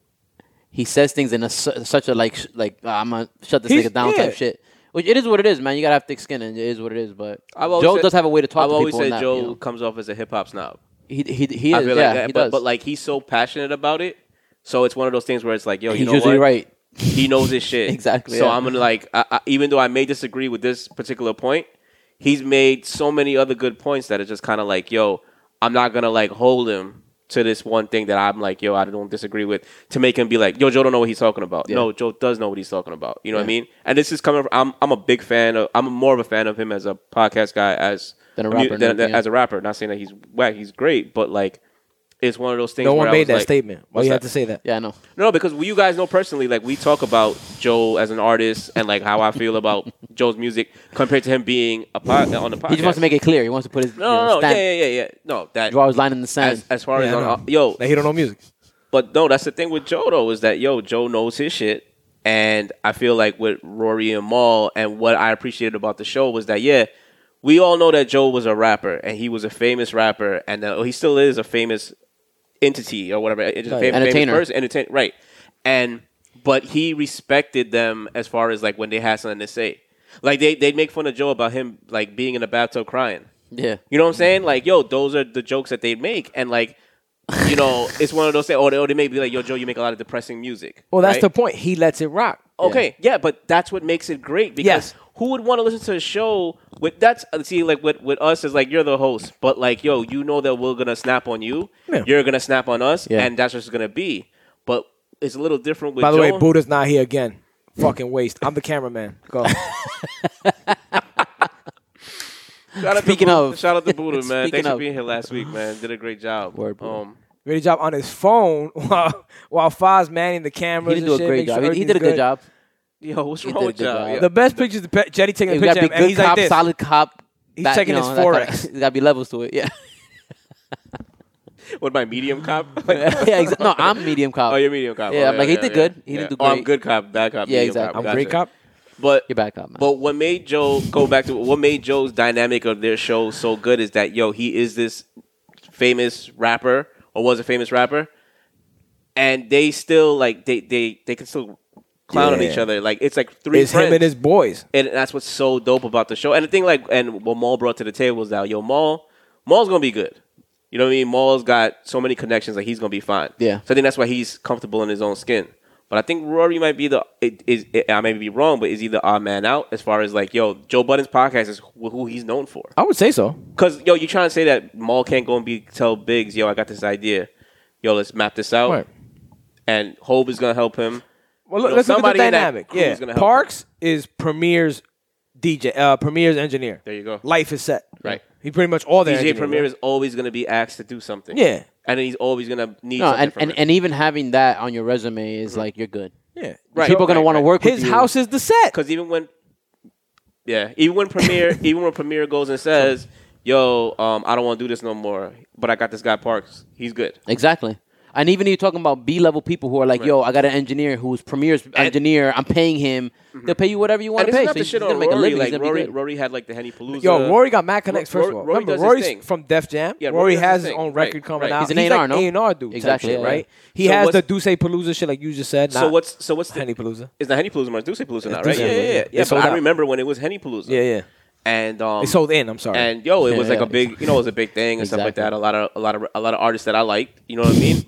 he says things in a su- such a like sh- like "Ah, I'm gonna shut this He's- nigga down yeah. type shit. Which it is what it is, man. You gotta have thick skin, and it is what it is. But I've always Joe said- does have a way to talk I've to always people. in said that, Joe you know? comes off as a hip hop snob. he he he I is. feel yeah, like that, he but, does. but like he's so passionate about it. So it's one of those things where it's like, yo, you he's know usually what? right. He knows his shit Exactly, So yeah. I'm gonna like, I, I, even though I may disagree with this particular point, he's made so many other good points that it's just kind of like, yo, I'm not gonna like hold him to this one thing that I'm like, yo, I don't disagree with to make him be like, yo, Joe don't know what he's talking about. No, Joe does know what he's talking about. You know what I Yeah. mean? And this is coming. From, I'm I'm a big fan of. I'm more of a fan of him as a podcast guy as Than I a mean, rapper and than- than- everything, yeah. as a rapper. Not saying that he's whack. He's great, but like. It's one of those things. No one where I was made that like- statement. Why What's you that? have to say that? Yeah, I know. No, because you guys know personally, like we talk about Joe as an artist and like how I feel about Joe's music compared to him being a pod, on the podcast. He just wants to make it clear. He wants to put his no, you know, no, no, stamp. yeah, yeah, yeah, yeah. No, that Draw his line in the sand. as, as far Yeah, as I on, know. yo, Like, he don't know music. but no, that's the thing with Joe though is that yo, Joe knows his shit, and I feel like with Rory and Maul and what I appreciated about the show was that yeah, we all know that Joe was a rapper and he was a famous rapper and that, oh, he still is a famous entity or whatever, it's a fam- famous Entertainer. person, entertain right, and but he respected them as far as like when they had something to say, like they they would make fun of Joe about him like being in the bathtub crying. yeah. You know what I'm saying? Mm-hmm. Like, yo, those are the jokes that they make, and like, you know, it's one of those things. Or they, or they may be like, yo, Joe, you make a lot of depressing music. Well, that's the right? point. He lets it rock. okay, yeah. but that's what makes it great because Yes. who would want to listen to a show with that's uh, see like with with us is like you're the host, but like yo, you know that we're gonna snap on you, Yeah. you're gonna snap on us, Yeah. and that's what it's gonna be. But it's a little different with By the Joe. way, Buddha's not here again. fucking waste. I'm the cameraman. Go. Shout out Speaking to Buddha, of- shout out to Buddha, man. Speaking Thanks for of. being here last week, man. Did a great job. Word, Buddha. um, Great job on his phone while while Foz manning the He cameras. did and do a shit, great make sure job. He- He, did a everything's good job. yo, what's He wrong did with a good y'all? job. Yeah. The best picture is the pe- Jetty taking He a got picture to of be him, and good he's like cop, this. solid cop. He's checking his forex. Got to be levels to it. Yeah. What my medium cop? yeah. Exa- no, I'm medium cop. Oh, you're medium cop. Yeah, Oh, I'm like, he did good. He did do Oh, I'm great. good cop, bad cop. Yeah, medium exactly. Cop. I'm Gotcha. great cop. But You're back up, man. But what made Joe go back to what made Joe's dynamic of their show so good is that yo, he is this famous rapper or was a famous rapper, and they still like they they they can still clown on Yeah. each other. Like it's like three It's friends. him and his boys. And that's what's so dope about the show. And the thing, like, and what Maul brought to the table is that yo, Maul, Maul's gonna be good. You know what I mean? Maul's got so many connections, like he's gonna be fine. Yeah. So I think that's why he's comfortable in his own skin. But I think Rory might be the it, is it, I may be wrong, but is he the odd man out as far as like yo Joe Budden's podcast is who, who he's known for? I would say so. Because yo, you trying to say that Maul can't go and be tell Biggs yo I got this idea, yo let's map this out, Right. and Hope is gonna help him. Well, look, know, let's look at the somebody in that dynamic. crew is gonna Yeah, help Parks is Premier's DJ, uh, Premier's engineer. There you go. Life is set. Right. He pretty much all that. DJ Premier is always gonna be asked to do something. Yeah. And then he's always gonna need no, something and, from and, him. and even having that on your resume is like you're good. Yeah. Right. People are gonna right, want right. to work His with you. house is the set. because even when yeah even when premiere even when premiere goes and says yo um i don't want to do this no more but i got this guy parks he's good Exactly. And even you talking about B level people who are like, yo, I got an engineer who's Premier's engineer. I'm paying him. They'll pay you whatever you want Mm-hmm. and to it's pay. not so the he's shit gonna on make a rory living. like He's gonna be rory good. rory had like the henny palooza Yo, Rory got mad connects. Rory- First of all, Rory remember does his thing. Rory's from Def Jam. Yeah, Rory Rory, does has his his thing. own record Right, coming right. out. He's an like A&R, no? A&R dude. type Exactly, shit, yeah, right? He So has the what's- Duce Palooza shit, like you just said. so what's so what's the Henny Palooza? is the henny palooza or Duce palooza now It's right Duce yeah Palooza. yeah yeah, They yeah but sold i out. remember when it was henny palooza Yeah, yeah. and um They sold in. I'm sorry. and yo, it was like Yeah, yeah. a big, you know, it was a big thing and stuff like Exactly. that. A lot of a lot of a lot of artists that I liked, you know what I mean.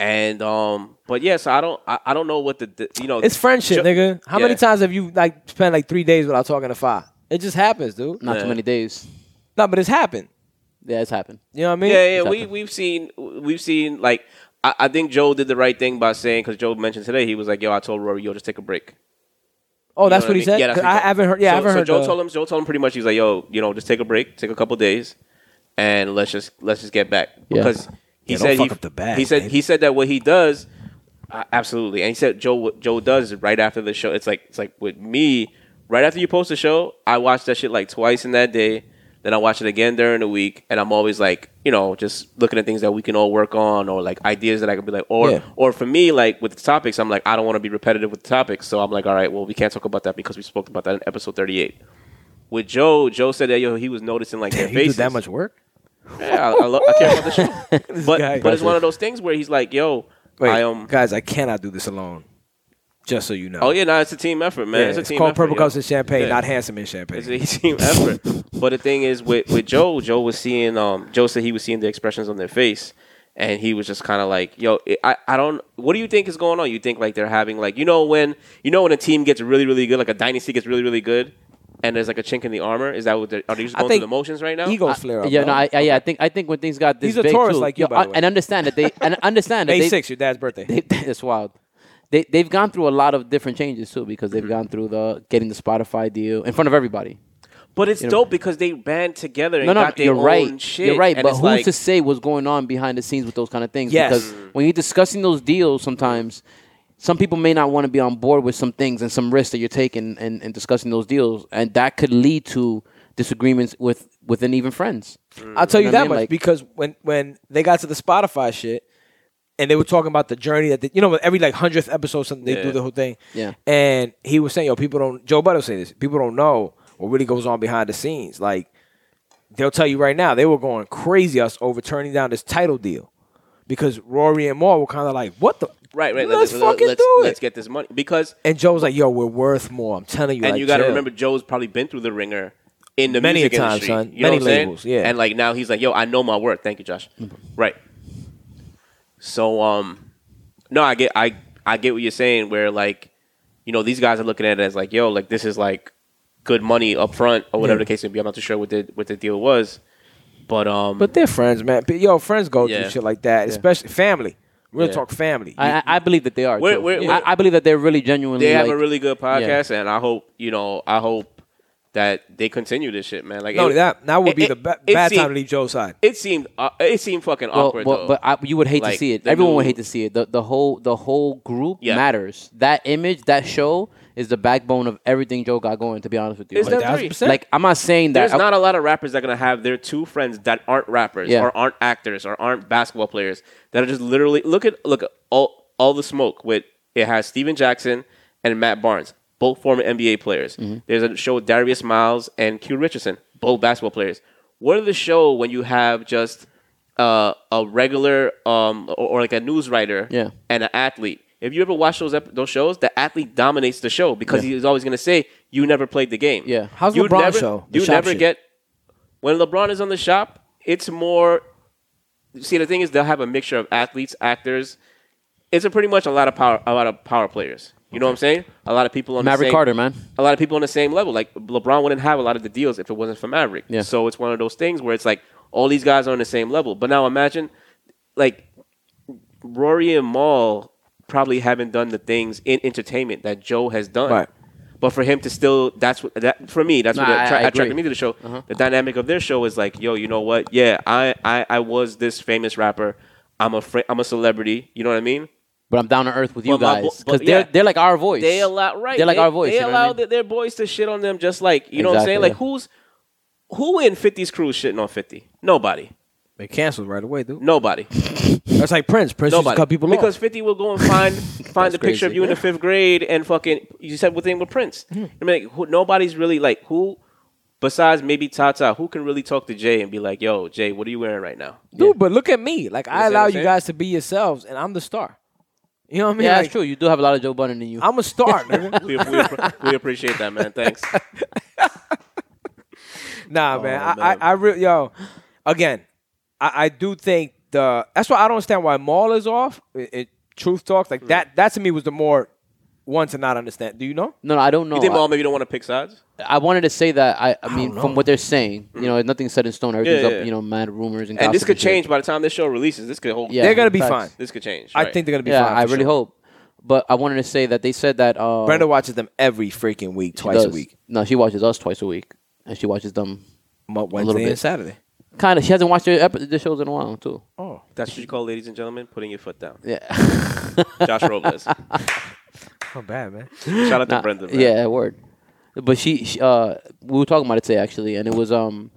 And um, but yeah, so I don't I, I don't know what the, the you know it's friendship, Jo- nigga. How Yeah. many times have you like spent like three days without talking to five? It just happens, dude. Not Yeah. too many days. No, but it's happened. Yeah, it's happened. You know what I mean? Yeah, yeah. Exactly. We we've seen we've seen like I, I think Joe did the right thing by saying because Joe mentioned today he was like, "Yo, I told Rory, yo, just take a break." Oh, that's You know what, he I mean? said. Yeah, that's 'Cause what he I said. haven't heard. Yeah, so, I haven't so heard. Joe the- told him. Joe told him pretty much. He's like, "Yo, you know, just take a break, take a couple days, and let's just let's just get back." Yeah. Because he Yeah, don't said fuck he, up the bag, he said baby. he said that what he does, uh, absolutely, and he said Joe what Joe does right after the show. It's like it's like with me, right after you post the show, I watch that shit like twice in that day. Then I watch it again during the week, and I'm always like, you know, just looking at things that we can all work on, or like ideas that I could be like, or Yeah. or for me, like with the topics, I'm like, I don't want to be repetitive with the topics, so I'm like, all right, well, we can't talk about that because we spoke about that in episode 38 with Joe, Joe said that yo, he was noticing like their Damn, you do faces. that much work? Yeah, I, I, love, I care about the show. guy. but but it's one of those things where he's like, yo, Wait, I um. guys, I cannot do this alone. Just so you know. Oh yeah, no, it's a team effort, man. Yeah, it's a team called effort, Purple yo. Cups and Champagne, Yeah. not Handsome in Champagne. It's a team effort. But the thing is, with with Joe, Joe was seeing. Um, Joe said he was seeing the expressions on their face, and he was just kind of like, "Yo, I, I don't. What do you think is going on? You think like they're having like you know when you know when a team gets really really good, like a dynasty gets really really good, and there's like a chink in the armor. Is that what they're, are they just I going through think the motions right now? Egos I- flare up. yeah, bro. no, I, I, yeah. I think I think when things got this He's a big Taurus too, like you, yo, by I- the way. and understand that they and understand that May they, 6th, your dad's birthday. they, that's wild. They they've gone through a lot of different changes too because Mm-hmm. they've gone through the getting the Spotify deal in front of everybody. But it's You know- dope because they band together and No, no, got their you're own right. shit. You're right, and but it's who's like, to say what's going on behind the scenes with those kind of things? Yes. Mm. Because when you're discussing those deals, sometimes some people may not want to be on board with some things and some risks that you're taking and, and discussing those deals, and that could lead to disagreements with within even friends. Mm, I'll tell you, You that know what I mean? much Like- because when when they got to the Spotify shit, and they were talking about the journey that they, you know with every like hundredth episode something they Yeah. do the whole thing. Yeah. And he was saying, yo, people don't. Joe Budden say this. People don't know what really goes on behind the scenes. Like they'll tell you right now, they were going crazy us over turning down this title deal because Rory and Moore were kind of like, what the right, right. Let's, Let's, let's fucking let's, do it. let's get this money because and Joe was like, yo, we're worth more. I'm telling you. and like, you got to chill. remember Joe's probably been through the ringer in the Many music a time, industry. son. You know Many what I'm saying? labels, yeah. And like now he's like, yo, I know my worth. Thank you, Josh. Right. So um, no, I get I I get what you're saying. Where like, you know, these guys are looking at it as like, yo, like this is like good money up front or whatever Yeah. the case may be. I'm not too sure what the what the deal was, but um, But they're friends, man. But, Yo, friends go Yeah. through shit like that, especially family. Real Yeah. talk family. I, I- I believe that they are. We're- too. we're- I, I believe that they're really genuinely. They have like- a really good podcast, and I hope you know. I hope that they continue this shit, man. Like no, it, that that would be it- the ba- it bad seemed- time to leave Joe's side. It seemed uh, it seemed fucking Well, awkward well, though. but I, you would hate to Like, see it. the Everyone would new- hate to see it. The, the whole the whole group Yeah. matters. That image, that show, is the backbone of everything Joe got going. To be honest with you, Is like, that- like, I'm not saying that. There's not a lot of rappers that are gonna have their two friends that aren't rappers Yeah. or aren't actors or aren't basketball players that are just literally look at look at all all the smoke with it has Steven Jackson and Matt Barnes, both former NBA players. Mm-hmm. There's a show with Darius Miles and Q Richardson, both basketball players. What are the show when you have just uh, a regular um, or, or like a news writer Yeah. and an athlete? If you ever watch those ep- those shows, the athlete dominates the show because he's always going to say you never played the game. Yeah. How's You'd LeBron never, show? The You shop never shit. get when LeBron is on the shop. It's more. See, the thing is, they'll have a mixture of athletes, actors. It's a pretty much a lot of power, a lot of power players. You know what I'm saying? A lot of people on the Maverick same, Carter, man. A lot of people on the same level. Like LeBron wouldn't have a lot of the deals if it wasn't for Maverick. Yeah. So it's one of those things where it's like all these guys are on the same level. But now imagine, like Rory and Maul probably haven't done the things in entertainment that Joe has done. Right. But for him to still, that's what that for me. That's No, what I- attra- I agree. Uh-huh. attracted me to the show. The dynamic of their show is like, yo, you know what? Yeah, I I, I was this famous rapper. I'm a fr- I'm a celebrity. You know what I mean? But I'm down to earth with you But my guys bo- because but they're yeah. they're like our voice. They allow right. They're like they, our voice, They you know what I allow mean? th- their boys to shit on them just like you know what I'm Exactly, saying. Like yeah. who's who in 50's crew is shitting on 50? Nobody. They canceled right away, dude. Nobody. That's like Prince. Prince used to Mm. Nobody. cut people because off. 50 will go and find find the picture of crazy. Hmm. you in the fifth grade and fucking you said within with Prince. I mean, like, who, nobody's really like who besides maybe Tata who can really talk to Jay and be like, "Yo, Jay, what are you wearing right now?" Dude, but look at me. Like I understand what allow I'm you saying? guys to be yourselves, and I'm the star. You know what I mean? yeah, Like, that's true. You do have a lot of Joe Budden in you. I'm a star, nigga. We, we, appre- we appreciate that, man. Thanks. Nah, man. I, Oh, man. I, I real yo. Again, I, I do think the that's why I don't understand why Maul is off. It, it- truth talks Hmm. like that. That to me was the more one to not understand. Do you know? no, no, I don't know. You think I- Mom maybe don't want to pick sides? I wanted to say that I, I mean, don't from know. what they're saying, you know, nothing's set in stone. Everything's Yeah, up, yeah. you know, mad rumors and And this gossip could shit. change by the time this show releases. This could whole Yeah, they're gonna be facts. fine. This could change. I right. think they're gonna be Yeah, fine. I for really sure. hope. But I wanted to say that they said that uh, Brenda watches them every freaking week, she twice a does. week, No, she watches us twice a week, and she watches them. Mo- little Wednesday bit. and Saturday. Kind of, she hasn't watched their, ep- their shows in a while too. Oh, that's what you call, ladies and gentlemen, putting your foot down. Yeah, Josh Robles. Shout not bad, man. out to Nah, Brenda. Man. yeah, word. But she, she, uh, we were talking about it today actually, and it was um,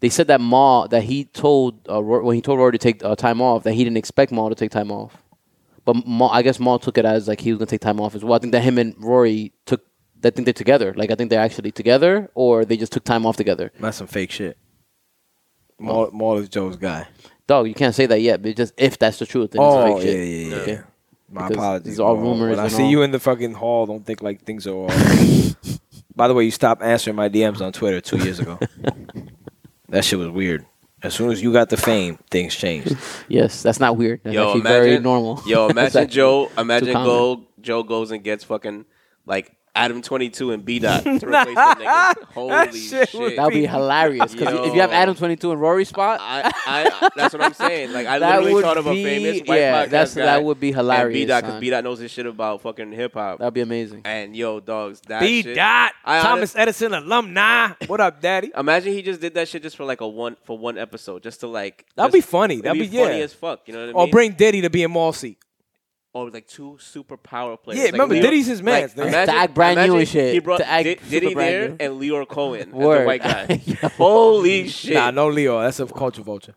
they said that Ma that he told uh, Roy, when he told Roy to take uh, time off that he didn't expect Ma to take time off, but Ma I guess Ma took it as like he was gonna take time off as well. I think that him and Rory took. I think they're together. Like I think they're actually together, or they just took time off together. That's some fake shit. Maul, Maul is Joe's guy. Dog, you can't say that yet. But just if that's the truth, then Oh, it's fake yeah, shit. yeah, yeah, Okay? yeah. My Because apologies. it's all Maul. rumors When I and see all. you in the fucking hall, don't think like things are. All... By the way, you stopped answering my DMs on Twitter two years ago. that shit was weird. As soon as you got the fame, things changed. Yes, that's not weird. That's actually very normal. Yo, That's imagine actually Joe. Imagine common. go, Joe goes and gets fucking like Adam twenty two and B dot to replace that nigga. Holy That shit! shit would that would be hilarious. Because if you have Yo. Adam twenty two and Rory spot, I, I, that's what I'm saying. Like I That literally would thought of a be- famous white yeah, podcast that's- guy. that would be hilarious, B dot, because son. B dot knows his shit about fucking hip hop. that'd be amazing. And yo, dogs, that B shit- dot I Thomas Edison alumni. What up, Daddy? Imagine he just did that shit just for like a one for one episode, just to like That'd just- be funny. it'd That'd be- yeah. funny as fuck. You know what I Or mean? Oh, bring Diddy to be in Maul seat. or like two super power players. Yeah, Like remember, Diddy's his mans, nigga. To act brand new and shit. He brought To act Did- super Diddy brand there new. and Leor Cohen as the Word. white guy. Holy shit! Nah, no Leo. That's a culture vulture.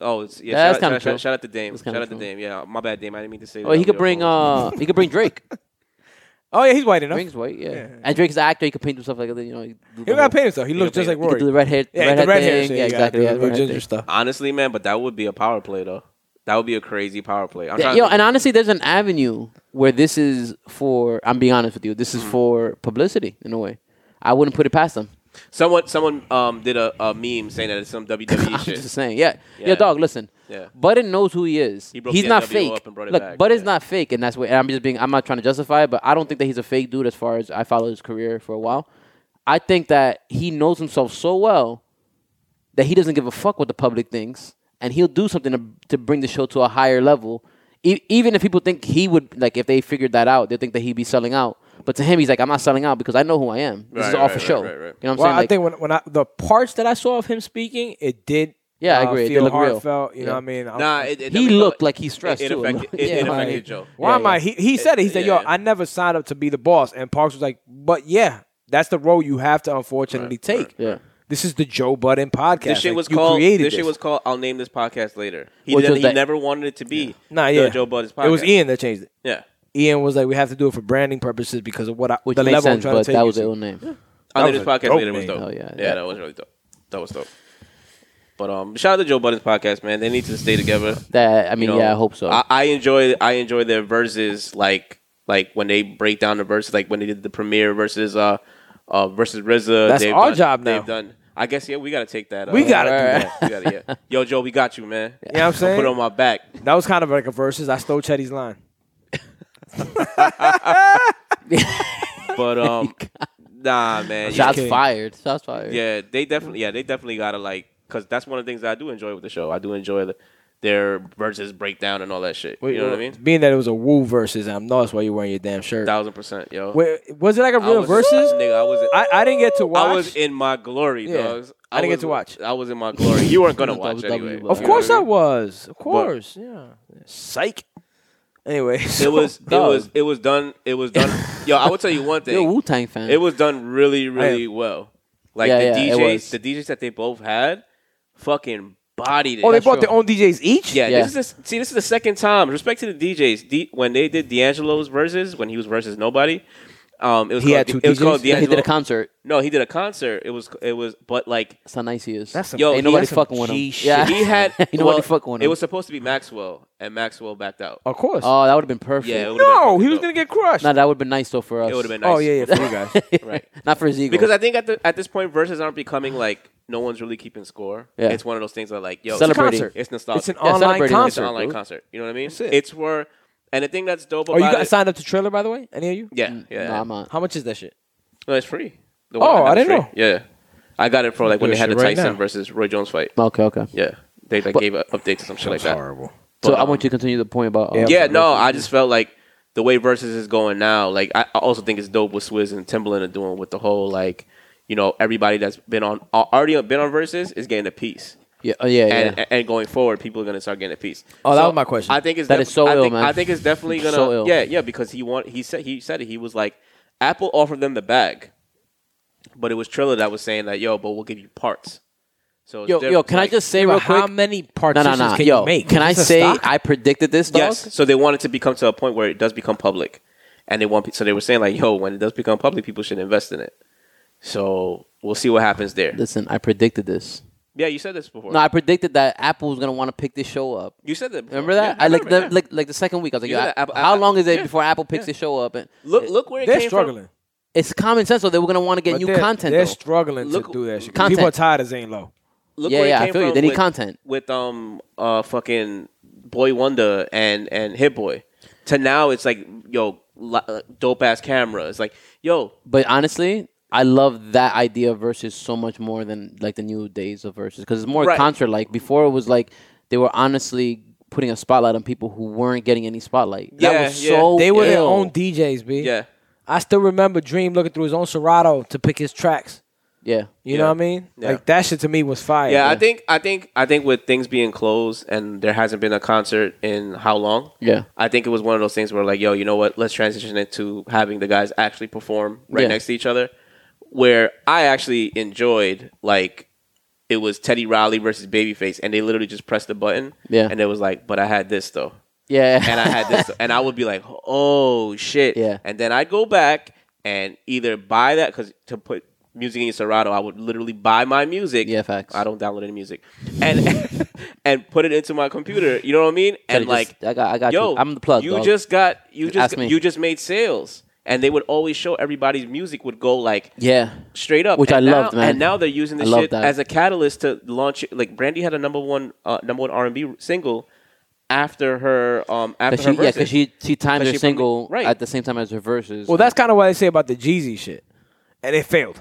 Oh, it's, yeah, Yeah, that's shout, out- kinda shout, out- true. shout out to Dame. That's Shout kinda out to true. Dame. Yeah, my bad, Dame. I didn't mean to say. Well, that. he could Leor bring Cohen. uh he could bring Drake. Oh yeah, he's white enough. Drake's white, yeah. And Drake's an actor. He could paint himself like a you know. He He don't gotta paint himself. He looks just like He could do the Rory. red hair. Yeah, the red red hair hair thing. shit. Yeah, you gotta exactly. do yeah, the the red hair ginger thing. stuff. Honestly, man, but that would be a power play though. That would be a crazy power play. I'm Yeah, trying yo, to and honestly, there's an avenue where this is for. I'm being honest with you. This is Mm. for publicity in a way. I wouldn't put it past them. someone someone um did a, a meme saying that it's some WWE I'm shit. just saying. Yeah. yeah. Yeah. dog, listen. Yeah. Budden knows who he is. He broke he's the not NWO fake. up and brought it Look, back, Budden's yeah. not fake, and that's what and I'm just being. I'm not trying to justify it, but I don't think that he's a fake dude as far as I follow his career for a while. I think that he knows himself so well that he doesn't give a fuck what the public thinks, and he'll do something to, to bring the show to a higher level, E- even if people think he would like, if they figured that out, they think that he'd be selling out. But to him, he's like, I'm not selling out because I know who I am. This is Right, all right, for right, show. right, right. You know what I'm well, saying? I Like, think when, when I the parts that I saw of him speaking, it did. Yeah, I uh, agree. It did feel look real. heartfelt. You know Yeah. what I mean? I'm- Nah, it, E it he definitely looked felt- like he's stressed it, it too. affected, it, Yeah, it like- affected Joe. Why Yeah, am I? He, he said it. He said, yeah, "Yo, yeah. I never signed up to be the boss." And Parks was like, "But yeah, that's the role you have to unfortunately take. Yeah. This is the Joe Budden podcast. This shit Like, was you called. This, Created shit was called. I'll name this podcast later. He, Which did, was he that- never wanted it to be. Nah, the yeah. Joe Budden's podcast. It was E. Ian that changed it. Yeah. Ian was like, "We have to do it for branding purposes because of what I, Which the makes level sense, I'm trying but to take." that you was to. their own name. I'll name was this a podcast dope later. Was name. dope. Oh, yeah, yeah, yeah. that was really dope. That was dope. But um, shout out to Joe Budden's podcast, man. They need to stay together. That I mean, You know, yeah, I hope so. I, I enjoy I enjoy their verses like like when they break down the verses like when they did the premiere versus uh uh versus RZA. That's They've our done- job now. They've done. I guess yeah, we gotta take that. Uh, We gotta do alright. that. We gotta, yeah. Yo, Joe, we got you, You man. know what I'm I'll saying? put it on my back. that was kind of like a versus. I stole Chetty's line. But Oh um, nah, man. Shots kidding. fired. Shots fired. Yeah, they definitely. Yeah, they definitely gotta like, cause that's one of the things that I do enjoy with the show. I do enjoy the, their verses breakdown and all that shit. you know what I mean? Being that it was a woo versus, I'm not. That's why you're wearing your damn shirt. Thousand percent, yo. Wait, was it like a I real was- versus? nigga, I was. I, I didn't get to watch. I was in my glory, Yeah. dogs. I didn't get was- to watch. I was in my glory. You weren't gonna That watch was anyway. W, but- of You know course what I mean? was. Of course, yeah. Psych. Anyway, It so- was. It Dog. was. It was done. It was done. yo, I will tell you one You're a thing. Wu Tang fan. It was done really, really well. Like Yeah, the yeah, it was. DJs, the DJs that they both had, fucking bodied it. Oh, they That's brought real. their own DJs each. Yeah, Yeah. this is the, see, this is the second time. Respect to the DJs. D, when they did D'Angelo's verses, when he was versus nobody, um, it was He called, had two it was DJs? called Yeah, yeah, he D'Angelo. did a concert. no, he did a concert. It was it was, but like That's how nice he is. That's some, Yo, he- Ain't nobody that's some fucking with him. G shit. Yeah. he had. Ain't nobody well, fucking with It him. was supposed to be Maxwell, and Maxwell backed out. of course. Oh, that would have been perfect. Yeah, it would've been no, fucking he was dope. gonna get crushed. No, that would have been nice though for us. It would have been. Nice. oh yeah, yeah, for you guys. right. Not for his ego. Because I think at the, at this point, verses aren't becoming like no one's really keeping score. Yeah. It's one of those things that like yo, Celebrate. Celebrating. concert. it's nostalgic. It's an Yeah, online celebrating. It's concert. an online dude. concert. You know what I mean? That's it. It's where, and the thing that's dope Oh, about you got it. signed up to Trailer, by the way. Any of you? yeah, yeah. No, I'm not. How much is that shit? No, it's free. The Oh, one I have is didn't free. Yeah, I got it for like when Do they that had the shit right Tyson now. versus Roy Jones fight. Okay, okay. Yeah, they like gave updates or some shit like that. Horrible. So But, I um, want you to continue the point about. uh, Yeah, no, I just felt like the way versus is going now. Like I I also think it's dope what Swizz and Timbaland are doing with the whole like, you know, everybody that's been on al- already been on versus is getting a piece. Yeah, oh, yeah, yeah. And, and going forward, people are gonna start getting a piece. Oh, that was my question. I think it's That defi- is so I ill, think, man. I think it's definitely So gonna. ill. Yeah, yeah, because he want he said he said it. He was like, Apple offered them the bag, but it was Triller that was saying that, yo, but we'll give you parts. So it's yo, diff- yo, can like- I just say But real how quick? many No, no, partitions no. can Yo, you make? can Is I this a say stock? I predicted this? Dog? Yes. So they wanted to become to a point where it does become public, and they want. pe- So they were saying like, "Yo, when it does become public, people should invest in it." So we'll see what happens there. Listen, I predicted this. Yeah, you said this before. No, I predicted that Apple was gonna want to pick this show up. you said that. Before. Remember that? Yeah, I like remember, yeah. the like, like the second week. I was like, You yo, said I- that Apple- how Apple- long is it yeah, before Apple picks this show up? And look, look where it They're came struggling. it's common sense, though. They were gonna want to get But new they're- content. They're though. struggling Look- to do that shit. content. People are tired of Zane Low. from. Look Yeah, where yeah, it I came feel you. from They need with, content. with um uh fucking Boy Wonder and and Hit Boy. To now, it's like yo, uh, dope ass camera. It's like yo, But honestly, I love that idea of versus so much more than like the new days of versus because it's more Right. concert like. Before it was like they were honestly putting a spotlight on people who weren't getting any spotlight. that Yeah, was yeah. so They were their ill. own DJs, b. yeah. I still remember Dream looking through his own Serato to pick his tracks. yeah. You Yeah. know what I mean? Yeah. Like that shit to me was fire. Yeah, I think I think I think with things being closed and there hasn't been a concert in how long? Yeah. I think it was one of those things where like, yo, you know what? Let's transition it to having the guys actually perform right Yeah. next to each other. Where I actually enjoyed like it was Teddy Riley versus Babyface, and they literally just pressed the button. Yeah. and it was like, but I had this though, Yeah. and I had this, though. and I would be like, oh shit. Yeah. And then I'd go back and either buy that because to put music in your Serato, I would literally buy my music. Yeah, facts. I don't download any music, and and put it into my computer. You know what I mean? And Teddy, like, just- I got- I got yo, you. I'm the plug, You dog. just got you just Ask me. you just made sales, and they would always show everybody's music would go like yeah. straight up, Which and I now, loved, man. And now they're using I this love shit that. as a catalyst to launch. it. Like Brandy had a number one uh, number one R and B single after her um after 'Cause her she, yeah, verses. because she she timed 'Cause her she single probably- right. at the same time as her verses. Well, that's kind of what they say about the Jeezy shit, and it failed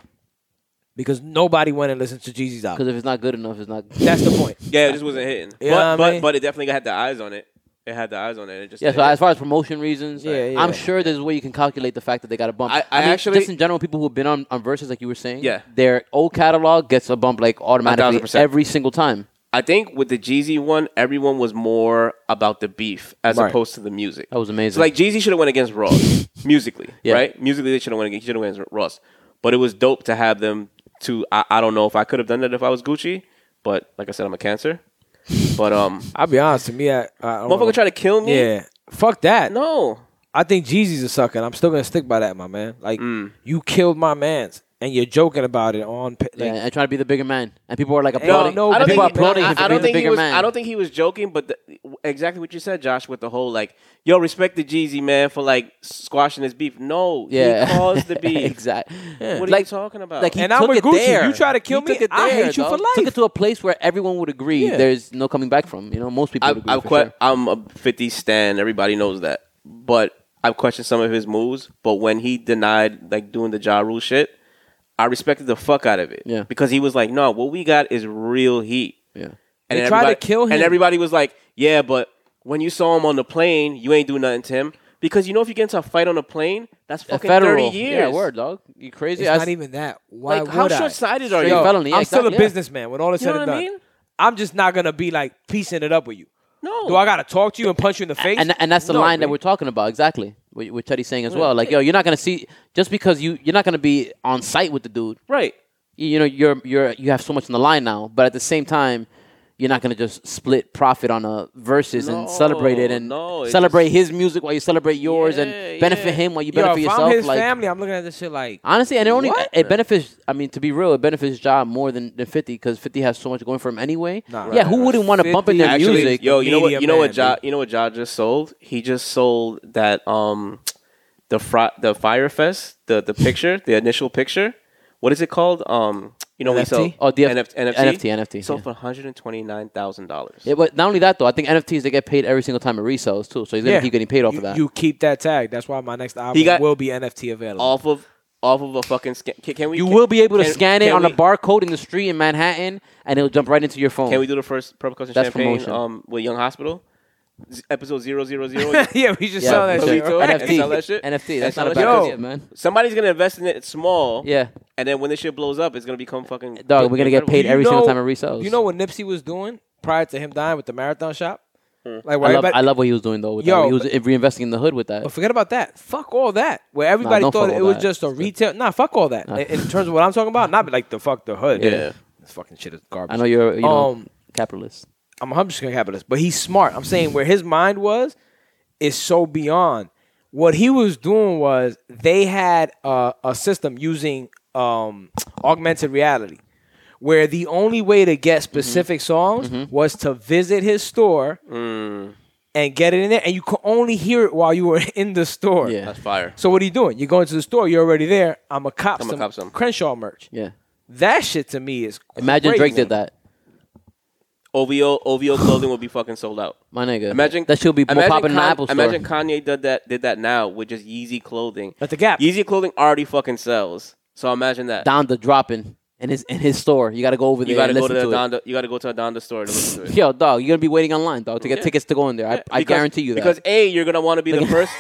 because nobody went and listened to Jeezy's because album. if it's not good enough, it's not. That's the point. yeah, it just wasn't hitting. You know but what I but mean? but it definitely had the eyes on it. It had the eyes on it. it just Yeah, so as far as promotion reasons, Yeah, yeah. I'm sure there's a way you can calculate the fact that they got a bump. I- I actually- just in general, people who've been on, on verses like you were saying, Yeah. their old catalog gets a bump like automatically 1000%. every single time. I think with the Jeezy one, everyone was more about the beef as Right. opposed to the music. That was amazing. So like Jeezy should have went against Ross musically, Yeah. right? Musically they should have went against, he should have went against Ross, but it was dope to have them. To I, I don't know if I could have done that if I was Gucci, but like I said, I'm a cancer. But um, I'll be honest. To me, I, I don't motherfucker wanna- try to kill me. Yeah, fuck that. No. I think Jeezy's a sucker. and I'm still gonna stick by that, my man. Like you killed my man's, and you're joking about it on. pa- Like, yeah, and trying to be the bigger man, and people are like no, applauding. no, and I don't people think, are applauding I, him for I being don't the think he bigger was. man. I don't think he was joking, but the, exactly what you said, Josh, with the whole like, yo, respect the Jeezy man for like squashing his beef. No, yeah, he caused the beef. exactly. What are Like- you talking about? Like he And I'm took with it Gucci. there. You try to kill He me, took it I there, hate you for dog. Took life. it to a place where everyone would agree. Yeah. There's no coming back from. You know, most people. would I've, agree I've for que- sure. I'm a 50 stan. Everybody knows that. But I've questioned some of his moves. But when he denied like doing the Ja Rule shit, I respected the fuck out of it. Yeah. Because he was like, no, what we got is real heat. Yeah. They tried to everybody- kill him. And everybody was like, yeah, but when you saw him on the plane, you ain't do nothing to him. Because you know, if you get into a fight on a plane, that's A fucking federal 30 years. Yeah, word, dog. You crazy? it's I not s- even that. Why Like, would how I? short sighted are Straight you? Yo, felony, yeah, I'm still a exactly, yeah. businessman. With all this You know said and what I done, mean? I'm just not gonna be like piecing it up with you. No. Do I gotta talk to you and punch you in the face? and and that's the No, line that man. we're talking about exactly. What, what Teddy's saying as well, like yo, you're not gonna see just because you you're not gonna be on site with the dude. Right. You, you know, you're you're you have so much on the line now, but at the same time, you're not gonna just split profit on a versus and celebrate it No, and no, it celebrate just- his music while you celebrate yours Yeah, and benefit yeah. him while you Yo, benefit if yourself. I'm his like family, I'm looking at this shit like honestly, and it only What? it benefits. I mean, to be real, it benefits Ja more than, than Fifty because Fifty has so much going for him anyway. Nah, yeah, right, who right. wouldn't want to bump 50 in their Actually, music? Yo, you know what? media You know what? man, Ja, dude. you know what? Ja just sold. He just sold that um, the fr- the Firefest, the the picture, the initial picture. What is it called? Um, you know, we NFT? sell Oh, DF- NF- NFT, NFT, NFT, Sold yeah. for one hundred and twenty nine thousand dollars. Yeah, but not only that though, I think NFTs they get paid every single time it resells too, so he's gonna yeah, keep getting paid off you, of that. You keep that tag. That's why my next album got- will be NFT available. Off of off of a fucking scan. Can, can we? you can- will be able to can- scan it can on we, a barcode in the street in Manhattan, and it'll jump right into your phone. Can we do the first Purple Cushion That's Champagne promotion. um, with Young Hospital? Z- episode zero zero zero. yeah, we just yeah, sell that for Yo, shit. sure. Yo, right? and sell that NFT, shit. NFT. And That's sell not a that bad shit. idea, Yo. man. Somebody's gonna invest in it small. Yeah, And then when this shit blows up, it's gonna become fucking. dog, we're gonna get incredible. paid You every know- single time it resells. You know what Nipsey was doing prior to him dying with the marathon shop? Like, I right, love, but, I love what he was doing though. With Yo, that. he was reinvesting in the hood with that. but forget about that. Fuck all that. Where everybody don't thought fuck it all was that. just a retail. Nah, fuck all that. In, in terms of what I'm talking about, not like the fuck the hood. Yeah. This fucking shit is garbage. I know you're, you know, Um, capitalist. I'm, I'm just gonna capitalist, but he's smart. I'm saying where his mind was is so beyond. What he was doing was they had a, a system using um, augmented reality, where the only way to get specific songs was to visit his store and get it in there, and you could only hear it while you were in the store. Yeah. That's fire. So what are you doing? You're going to the store. You're already there. I'm a cop. I'ma some cop some. Crenshaw merch. Yeah. That shit to me is Imagine Drake crazy. did that, OVO OVO clothing would be fucking sold out. my nigga. Imagine that should be more imagine popping in an Kan- Apple store. Imagine Kanye did that did that now with just Yeezy clothing. At the Gap. Yeezy clothing already fucking sells. So imagine that. down to dropping in his in his store. You got to go over there. you gotta and go to listen the it. Donda. You gotta go to a Donda store to listen to it. Yo, dog, you're gonna be waiting online, dog, to get Yeah. tickets to go in there. I, I Because- guarantee you that. Because a you're gonna want to be the first.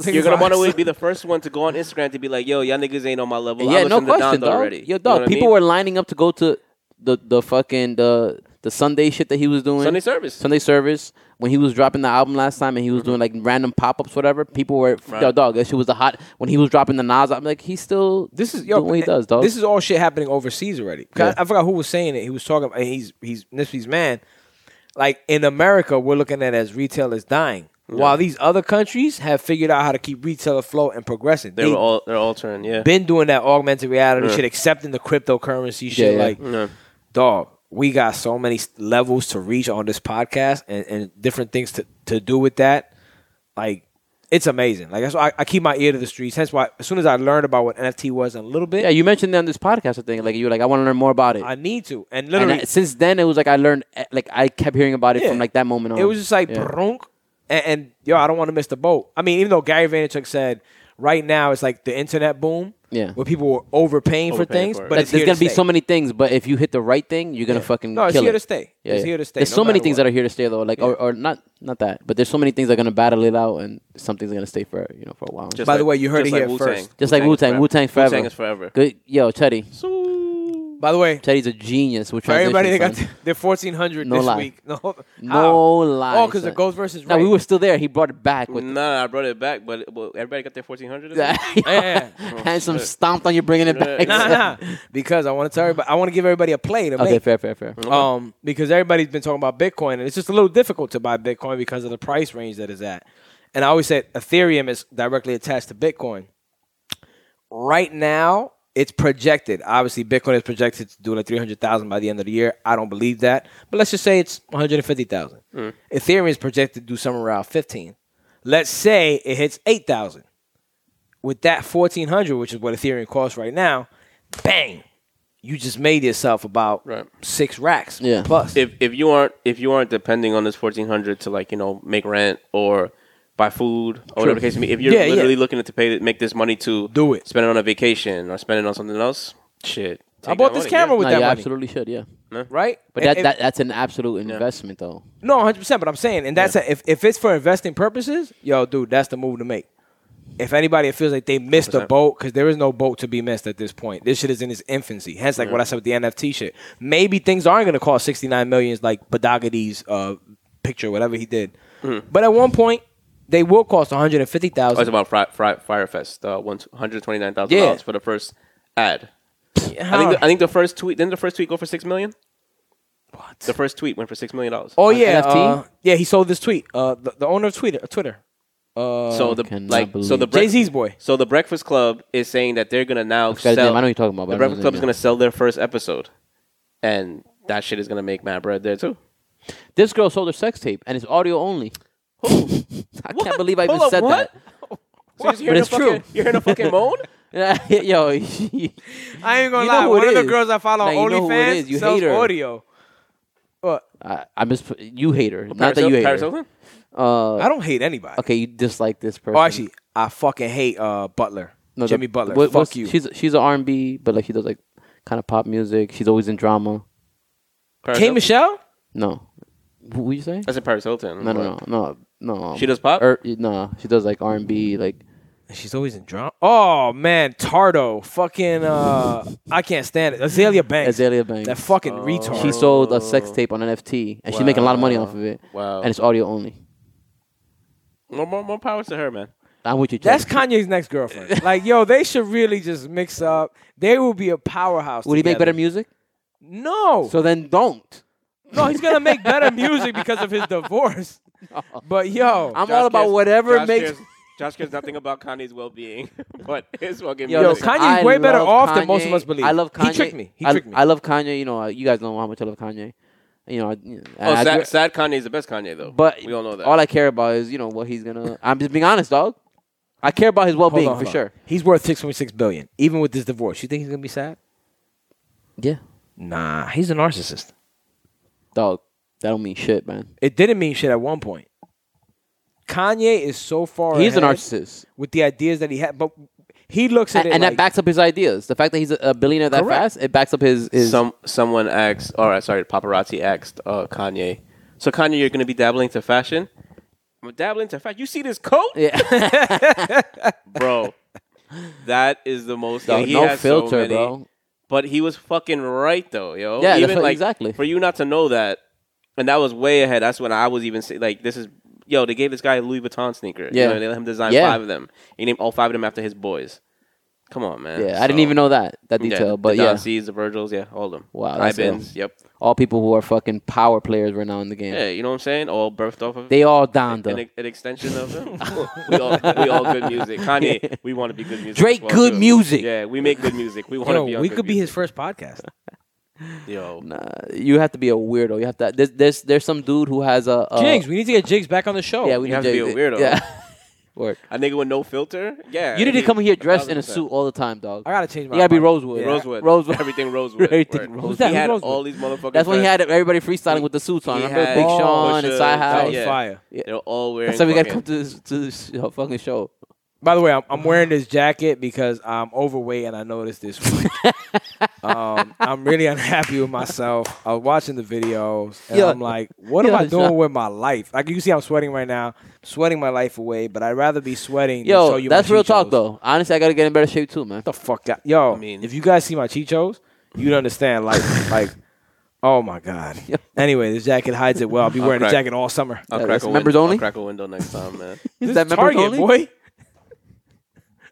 Think You're gonna about want it. to be the first one to go on Instagram to be like, "Yo, y'all niggas ain't on my level." I yeah, no listened to question, Donda dog. already. Yo, dog, people were were lining up to go to the the fucking the the Sunday shit that he was doing. Sunday service. Sunday service. When he was dropping the album last time, and he was Mm-hmm. doing like random pop ups, whatever. People were yo, dog. That shit was the hot. When he was dropping the Nas, I'm like, he's still This is yo, doing what he eh, does, dog. This is all shit happening overseas already. 'Cause Yeah. I, I forgot who was saying it. He was talking. and He's he's Nipsey's man. Like in America, we're looking at it as retail is dying, while these other countries have figured out how to keep retail afloat and progressing. They were all they're all turned. Yeah. been doing that augmented reality shit, accepting the cryptocurrency shit. yeah. Like, dog, we got so many s- levels to reach on this podcast and, and different things to, to do with that. Like, it's amazing. Like, that's why I, I keep my ear to the streets. Hence why, as soon as I learned about what NFT was in a little bit, yeah, you mentioned that on this podcast. I think like you were like, I want to learn more about it. I need to. And and literally, I- since then, it was like I learned, eh, like I kept hearing about it Yeah. from like that moment on. it was just like, Yeah. brunk, and, and yo, I don't want to miss the boat. I mean, even though Gary Vaynerchuk said right now it's like the internet boom, Yeah. where people were overpaying, for Overpaying things. for it. But But it's There's here gonna to be stay. so many things, but if you hit the right thing, you're gonna fucking No, it's kill here it. to stay. Yeah, It's yeah. here to stay, There's no so many matter things what. that are here to stay though, like or, or not not that, but there's so many things that are gonna battle it out, and something's gonna stay for you know for a while. Just, By the way, you heard it here first. like Wu Tang, Wu Tang forever. Wu-Tang is forever. Good, yo, Teddy. By the way, Teddy's a genius. With for everybody that got transitions, son. their fourteen hundred No this lie. week, no, no lie. oh, because the son. Ghost versus No, Ray. we were still there. He brought it back with. No, no, I brought it back, but well, everybody got their fourteen hundred. Yeah. Oh, Handsome shit. stomped on you bringing it back. nah, nah, because I want to tell everybody, I want to give everybody a play to Okay, make. fair, fair, fair. Um, because everybody's been talking about Bitcoin, and it's just a little difficult to buy Bitcoin because of the price range that it's at. And I always said Ethereum is directly attached to Bitcoin. Right now, it's projected. Obviously, Bitcoin is projected to do like three hundred thousand by the end of the year. I don't believe that, but let's just say it's one hundred fifty thousand. Ethereum is projected to do somewhere around fifteen. Let's say it hits eight thousand. With that fourteen hundred, which is what Ethereum costs right now, bang, you just made yourself about Right. six racks Yeah. plus. If if you aren't if you aren't depending on this fourteen hundred to like you know make rent or buy food or whatever the case may be, if you're Yeah, yeah. literally looking to pay make this money to Do it. spend it on a vacation or spend it on something else, shit. I take bought that this money, camera yeah. with No, that you money, absolutely should, yeah. right? But And that, if- that that's an absolute investment, though. no, hundred percent. But I'm saying, and that's a, if if it's for investing purposes, yo, dude, that's the move to make. If anybody feels like they missed a 100%. boat, because there is no boat to be missed at this point. This shit is in its infancy. Hence, like what I said with the NFT shit. Maybe things aren't gonna cost sixty nine millions, like Badagadi's uh, picture, whatever he did. But at one point, they will cost one hundred and fifty I was thousand. Mm-hmm. Oh, about Fri- Fri- Firefest, uh, one hundred twenty nine thousand Yeah. dollars for the first ad. I think the, I think the first tweet didn't the first tweet go for six million. The first tweet went for six million dollars. Oh On yeah, NFT? uh, yeah. He sold this tweet. Uh, the, the owner of Twitter, Twitter, so the cannot like so believe the it. Break- Jay Z's boy. So the Breakfast Club is saying that they're gonna now guy's sell. name, I know you're talking about, The but I don't know Breakfast his Club is name. gonna sell their first episode, and that shit is gonna make mad bread there too. This girl sold her sex tape, and it's audio only. I can't believe I even Hold up, said what? So you're hearing it's a fucking- true. You're hearing a fucking moan. that. Yo, you I ain't gonna You know lie. who One it of the is. girls I follow Nah, on you know who it OnlyFans is. You sells hate her. audio. What? I, I mis- you hate her. Not that Paris- you hate Paris her. Uh, Hilton? I don't hate anybody. Okay, you dislike this person. Oh, actually, I fucking hate uh, Butler. No, the- Jimmy Butler. what- what's- Fuck you. She's she's an R&B, but like she does like kind of pop music. She's always in drama. Paris K Hilton? Michelle? No, what would you say? That's in Paris Hilton. No, no, no, no, no. She does pop? Or, no, she does like R and B. Like She's always in drama. Oh man, Tardo. Fucking uh I can't stand it. Azalea Banks. Azalea Banks. That fucking retard. she sold a sex Oh. tape on NFT, and she's making a lot of money off of it. Wow. And it's audio only. More, more, more power to her, man. I'm with you. Chad. That's Kanye's next girlfriend. like, yo, they should really just mix up. They will be a powerhouse. Would he make together. better music? No. So then don't. no, he's gonna make better music because of his divorce. But yo, I'm all about whatever Josh makes. Cares, Josh cares nothing about Kanye's well-being, but his fucking Yo, music. listen, Kanye's I way better love off than most of us believe. I love He Kanye. tricked me. He I- tricked me. I, love Kanye. You know, uh, you guys know how much I love Kanye. You know, I, you know, oh, I- I sad, grew- sad Kanye's the best Kanye though. but we all know that. All I care about is you know what he's gonna. I'm just being honest, dog. I care about his Hold well-being on, for hold on. sure. He's worth six point six billion, even with this divorce. You think he's gonna be sad? Yeah, Nah, he's a narcissist. dog. That don't mean shit, man. It didn't mean shit at one point. Kanye is so far. He's a ahead narcissist, with the ideas that he had, but he looks at and, it and like, that backs up his ideas. The fact that he's a- a billionaire that Correct. fast, it backs up his. his Some someone asked, or uh, sorry, paparazzi asked uh, Kanye. So Kanye, you're gonna be dabbling to fashion. I'm dabbling to fashion. You see this coat, yeah, bro? That is the most. Dog, he no has so filter, many- bro. But he was fucking right though, yo. Yeah, that's even what- like exactly. for you not to know that, and that was way ahead. That's when I was even say, like, this is yo. They gave this guy a Louis Vuitton sneaker. Yeah. you know, they let him design Yeah. five of them. He named all five of them after his boys. Come on, man. Yeah, I didn't even know that that detail, but the yeah, Don C's, the Virgils, yeah, all of them. Wow, that's ill. Ibans, yep. all people who are fucking power players right now in the game, Yeah, you know what I'm saying? All birthed off of they all donned an, them. an extension of them. we, all, we all good music. Kanye, we want to be good music. Drake, as well, good too. music. Yeah, we make good music. We want to yo, be. On we good could be his first music. podcast. Yo, Nah, you have to be a weirdo. You have to. There's there's, there's some dude who has a, a Jigs, we need to get Jigs back on the show. Yeah, we You need have to be a Jay- weirdo. Yeah. Work. a nigga with no filter. Yeah, You need to he- come here dressed in a 1000%. suit all the time, dog. I gotta change my. You gotta be mind. Rosewood. Yeah. Rosewood, Rosewood. everything Rosewood. Everything Word. Rosewood. Who's that? He Who's had Rosewood? all these motherfuckers. That's when he dressed- had everybody freestyling with the suits on. he Remember had Big Oh, Sean and Pusha, Sci That High? was yeah. fire. They're all wearing. That's why we gotta fucking- come to this, to this uh, fucking show. By the way, I'm, I'm wearing this jacket because I'm overweight and I noticed this week. um, I'm really unhappy with myself. I was watching the videos and Yo. I'm like, what Yo, am I doing Sean. with my life? Like you can see, I'm sweating right now, sweating my life away. But I'd rather be sweating. than show Yo, you my that's real chichos. talk though. Honestly, I gotta get in better shape too, man. the fuck out. Yo, I mean- if you guys see my chichos, you'd understand. Like, like, oh my god. Yo. Anyway, this jacket hides it well. I'll be I'll wearing the crack- jacket all summer. I'll Yeah, crack that's a members window. only? I'll crack a window next time, man. This that members Target, only? boy.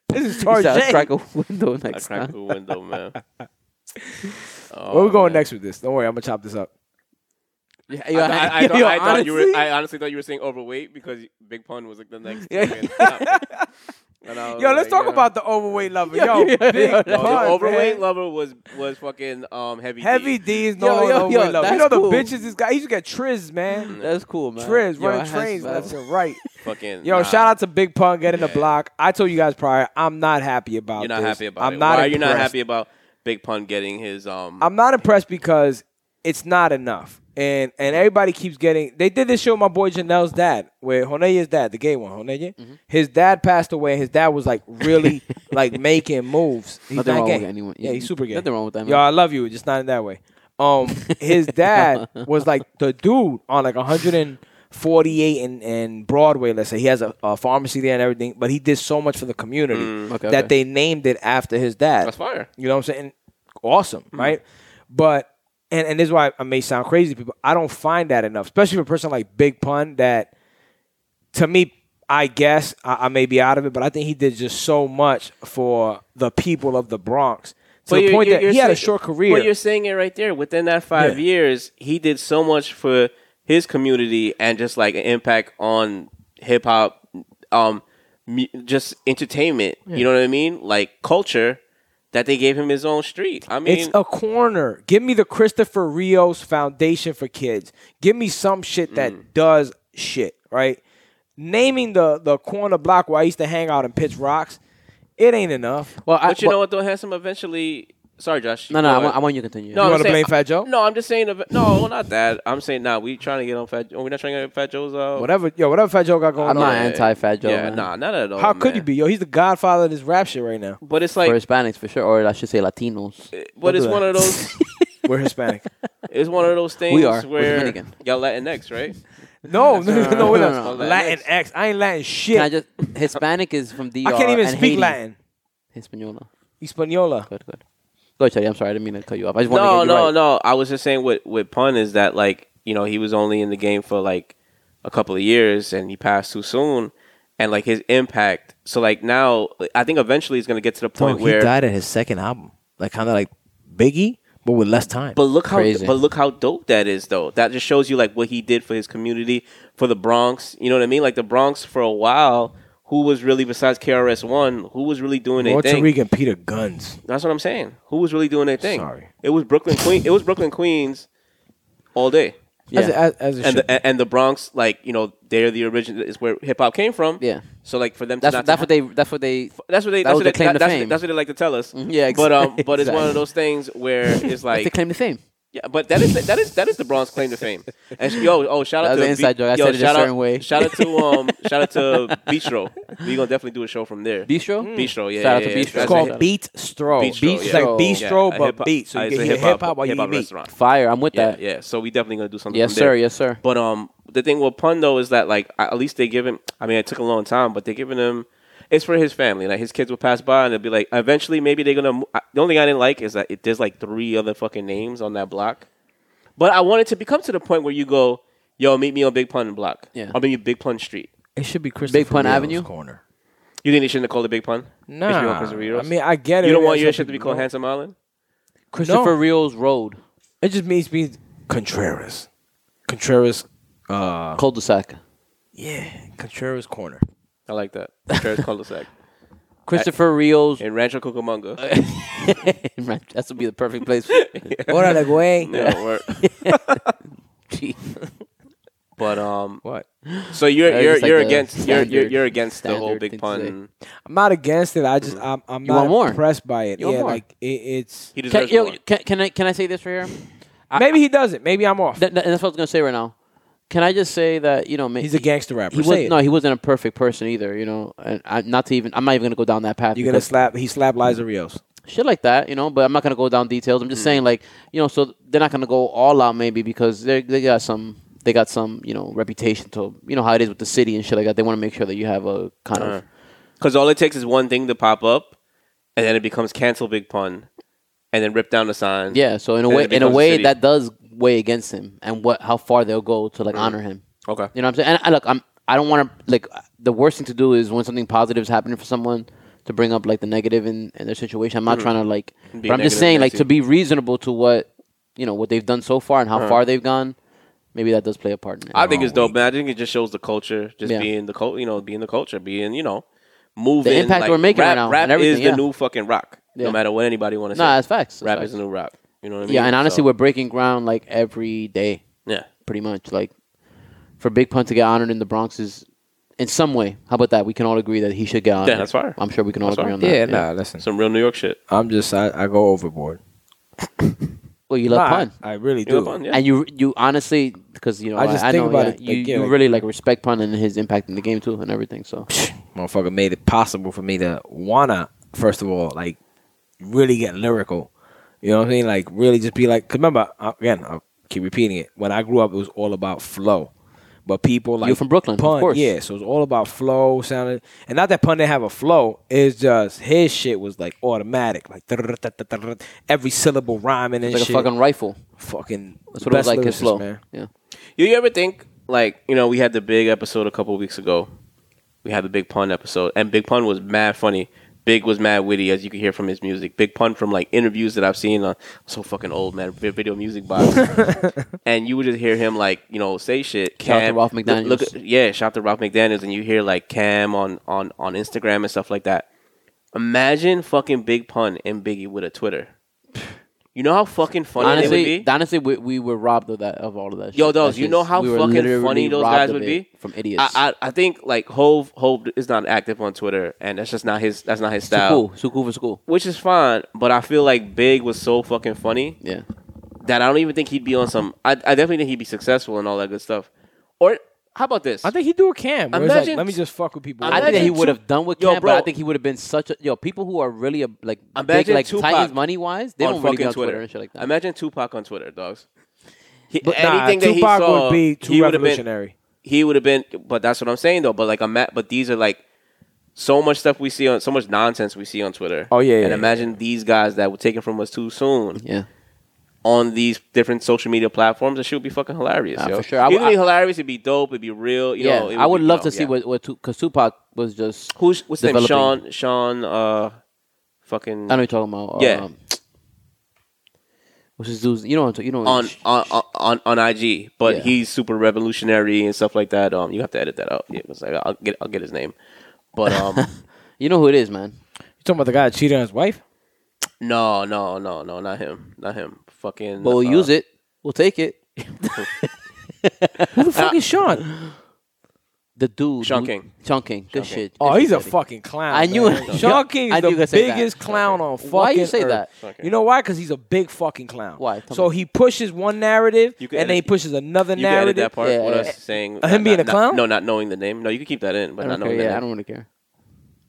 This is He said, Target. "I'll crack a window I'll next crack time. a window, man. Oh, Where we going next? next with this? Don't worry, I'm gonna chop this up. Yeah, I, yo, thought- I, yo, thought, I thought you honestly- were. I honestly thought you were saying overweight because Big Pun was like the next. Yeah. fucking topic. And I was Yo, let's like, talk yeah. about the overweight lover. Yo, Yo, yeah, yeah, big yeah. No, the pun, overweight man. lover was was fucking um heavy. Heavy D. D is no Yo, longer yo, yo, overweight lover. You know that's the cool. bitches this guy. He used to get triz, man. That's cool, man. Triz Mm, Yo, I running had trains some- left and right. fucking. Yo, nah. shout out to Big Pun getting the Yeah. block. I told you guys prior, I'm not happy about You're not this. happy about I'm it. Not Why are you not impressed. happy about Big Pun getting his um? I'm not impressed because it's not enough. And and everybody keeps getting they did this show with my boy Janelle's dad, where Honeya's dad, the gay one, Honeya. Mm-hmm. His dad passed away and his dad was like really like making moves. He's Nothing not wrong gay. with anyone. Yeah, he's super gay. Nothing wrong with that, man. Yo, I love you, just not in that way. Um his dad was like the dude on like 148 and, and Broadway, let's say. He has a, a pharmacy there and everything, but he did so much for the community Mm, Okay, that they okay. named it after his dad. That's fire. You know what I'm saying? Awesome, Mm. right? But and and this is why I may sound crazy to people. I don't find that enough, especially for a person like Big Pun. That to me, I guess I, I may be out of it, but I think he did just so much for the people of the Bronx to But the you're- point you're- that you're he had a saying- short career. But you're saying it right there. Within that five Yeah. years, he did so much for his community and just like an impact on hip hop, um, mu- just entertainment. You know what I mean? Like culture that they gave him his own street. I mean, it's a corner. Give me the Christopher Rios Foundation for Kids. Give me some shit that Mm. does shit, right? Naming the the corner block where I used to hang out and pitch rocks, it ain't enough. Well, I, but you well, know what? Though Handsome eventually. Sorry, Josh. No, no, Go I ahead. want, I want you to continue. No, You I'm wanna saying- blame Fat Joe? No, I'm just saying. ev- No, well, not that. I'm saying nah. We trying to get on Fat. Joe. We're not trying to get on Fat Joe's. Uh, Whatever, yo, whatever Fat Joe got going I'm on. not anti-Fat Joe, Yeah, man. nah, not at all. How could man. you be? Yo, he's the godfather of this rap shit right now. But it's for like, Hispanics for sure, or I should say Latinos. but it's do one that. of those. We're Hispanic. It's one of those things We are. We're where Dominican. y'all Latinx, right? no, no, no, no, we're No, not. no, no. Latin X. I ain't Latin shit. Can I I, just Hispanic is from DR. can't even and speak Haiti. Latin. Hispaniola. Hispaniola. Good, good. Go ahead, Shadi. I'm sorry, I didn't mean to cut you off. I just wanted No, to get you no, right. no. I was just saying with with pun is that like you know he was only in the game for like a couple of years and he passed too soon, and like his impact. So like now, I think eventually he's gonna get to the point where. at his second album, like kind of like Biggie, but with less time. But look how Crazy. but look how dope that is though. That just shows you like what he did for his community, for the Bronx. You know what I mean? Like the Bronx for a while, who was really besides KRS One, who was really doing their thing? and Peter Guns. That's what I'm saying. Who was really doing their thing? Sorry. It was Brooklyn Queen. It was Brooklyn Queens all day. As, Yeah. as, as it And should the, be. and- and the Bronx, like you know, they're the origin. Is where hip hop came from. Yeah. So like for them, to That's not that's to what they that's what they that's what they that that's was what their they, claim that- to that's, fame. that's what they like to tell us. Mhm, yeah, ex- But um, but it's one exactly. of those things where it's they like claim the fame. yeah, but that is that is that is the Bronx claim to fame. And yo, oh shout out That was to an inside joke. I yo, said it a shout out- certain way. Shout out to um, shout out to Bistro. We gonna definitely do a show from there. Mm. Bistro, Mm. Bistro, yeah, Shout out yeah, to yeah. Bistro. it's That's called a- Beat Stro. Bistro, It's yeah. like Bistro. Beat Stro, a but hip-hop- beat. So uh, you it's can a hear hip hop while you hip-hop eat meat. restaurant. Fire. I'm with that. Yeah, yeah. So we definitely gonna do something. Yes, from there. sir. Yes, sir. But um, the thing with Pun though is that like I- at least they give him. I mean, it took a long time, but they're giving him. It's for his family. Like his kids will pass by and they'll be like, eventually maybe they're gonna. mo- I- The only thing I didn't like is that it, there's like three other fucking names on that block. But I wanted to become to the point where you go, yo, meet me on Big Pun Block. Yeah. I'll meet you Big Pun Street. It should be Christopher Big Pun Rios Avenue? corner. You think they shouldn't have called it Big Pun? It should be on Nah, Christopher Rios? I mean I get it. you don't want That's your what shit to be people called know. Handsome Island. Christopher. Christopher Rios Road, It just means means Contreras. Contreras. Uh, cul-de-sac. yeah, Contreras corner. I like that. Paris cul-de-sac Christopher Rios. in Rancho Cucamonga. that would be the perfect place. Órale, güey. Yeah, word. Gee. but um, What? So you're That's you're just like you're the against you're, you're standard- you're against the whole standard big thing to pun. I'm not against it. I just I'm, I'm You want not more? impressed by it. You want yeah, more? like it, it's He Can, deserves yo, more. can, can I can I say this right here? I- maybe he doesn't. Maybe I'm off. That- that- that's what I was gonna say right now. can I just say that you know ma- He's a gangster rapper. He Say was it. no, he wasn't a perfect person either. You know, and I, not to even I'm not even gonna go down that path. You're gonna because slap. He slapped Liza Rios. shit like that, you know. But I'm not gonna go down details. I'm just saying like you know, so they're not gonna go all out maybe because they they got some they got some you know reputation to you know how it is with the city and shit like that. They want to make sure that you have a kind of Because all it takes is one thing to pop up, and then it becomes cancel big pun, and then rip down the sign. yeah. So in a Then way, it in a becomes way shitty. that does weigh against him and what how far they'll go to like honor him. Okay. You know what I'm saying? And I, look, I'm I don't want to like the worst thing to do is when something positive is happening for someone to bring up like the negative in, in their situation. I'm not trying to like, Be but I'm negative just saying like Nancy. to be reasonable to what you know what they've done so far and how far they've gone. Maybe that does play a part in it. Uh-huh. I think it's dope, man. I think it just shows the culture, just Yeah. being the cult, you know, being the culture, being you know, moving. impact like, we're making rap, right now Rap and everything, is yeah. the new fucking rock. Yeah. No matter what anybody want to say, nah, it's facts. it's rap facts. is the new rock. You know what I mean? yeah, and honestly, So, we're breaking ground like every day, yeah, pretty much. Like for Big Pun to get honored in the Bronx is in some way. How about that? We can all agree that he should get honored. that's fire. I'm sure we can all That's agree fire. on that. Yeah, nah. Listen, some real New York shit. I'm just. I, I go overboard. Well, you love Nah, Pun. I really You know, do. fun, yeah. And you you honestly because you know I, I just I think know about yeah, it you, again, you like- really like respect Pun and his impact in the game too and everything. So Motherfucker made it possible for me to wanna first of all like really get lyrical. You know what I mean? Like really just be like. Cause remember uh, again, I'll keep repeating it. When I grew up, it was all about flow. But people like You're from Brooklyn, of pun, course. yeah. So it's all about flow, sounding, and not that pun didn't have a flow. It's just his shit was like automatic, like every syllable rhyming and it's like shit. a fucking rifle. fucking That's what it was like his lyricist, flow. man. Yeah. You, you ever think like you know we had the big episode a couple weeks ago. We had the big pun episode, and Big Pun was mad funny. Big was mad witty, as you can hear from his music. Big pun from like interviews that I've seen. Uh, so fucking old man, vi- video music box, and you would just hear him like you know say shit. Shout out to Ralph look- McDaniels. Look, at- yeah, shout out to Ralph McDaniels, and you hear like Cam on on on Instagram and stuff like that. Imagine fucking Big Pun and Biggie with a Twitter. You know how fucking funny they would be. Honestly, honestly, we, we were robbed of that of all of that. Yo, shit. those, That you shit's- know how we were fucking literally funny those robbed guys of would be? it from idiots. I, I I think like Hove Hove is not active on Twitter, and that's just not his that's not his too style, cool, too cool for school. which is fine. But I feel like Big was so fucking funny Yeah, that I don't even think he'd be on some. I, I definitely think he'd be successful and all that good stuff. Or how about this? I think he do a cam. where it's like, Imagine- let me just fuck with people. I think that Imagine he would two- have done with Yo, Cam, but I bro. think he would have been such a yo. People who are really a, like big, Imagine like Tupac Titans money wise, they on don't really be fucking on Twitter. and shit like that. Imagine Tupac on Twitter, dogs. He, But nah, anything that he Tupac saw, would be too he would've been- revolutionary. he would have been. But that's what I'm saying though. But like I'm at, but these are like so much stuff we see on so much nonsense we see on Twitter. Oh, yeah, yeah, And yeah. imagine these guys that were taken from us too soon yeah, on these different social media platforms. That shit would be fucking hilarious. Nah, yo. for sure. I It'd would- be hilarious. It'd be dope. It'd be real. You yeah. know, it I would be- love no, to see yeah. what what because Tupac was just. who's what's his name developing. Sean Sean uh fucking I know what you're talking about. Yeah. Um, what's his dude's? You know, what I'm ta- you know. on on on on IG, but Yeah. he's super revolutionary and stuff like that. Um, you have to edit that out. Yeah, 'cause, like, I'll get I'll get his name, but um, you know who it is, man. You talking about the guy that cheated on his wife? no, no, no, no, not him, not him. Fucking. But we'll uh, use it. We'll take it. Who the fuck is Sean? The dude, Sean who- King. Sean King. Good King. shit. Oh, Good he's shit, a buddy. fucking clown. I knew man. it. Sean Yo, King I is knew you the could say that. biggest clown on fucking. er- Why you say earth. that? Okay. You know why? Because he's a big fucking clown. Why? Tell so me. he pushes one narrative, You and can then he edit- pushes another You can edit narrative. that part. Yeah, what yeah, I was saying. Uh, him being a not- clown? No, not knowing the name. No, you can keep that in, but I not don't knowing care. Yeah, I the don't name. really care.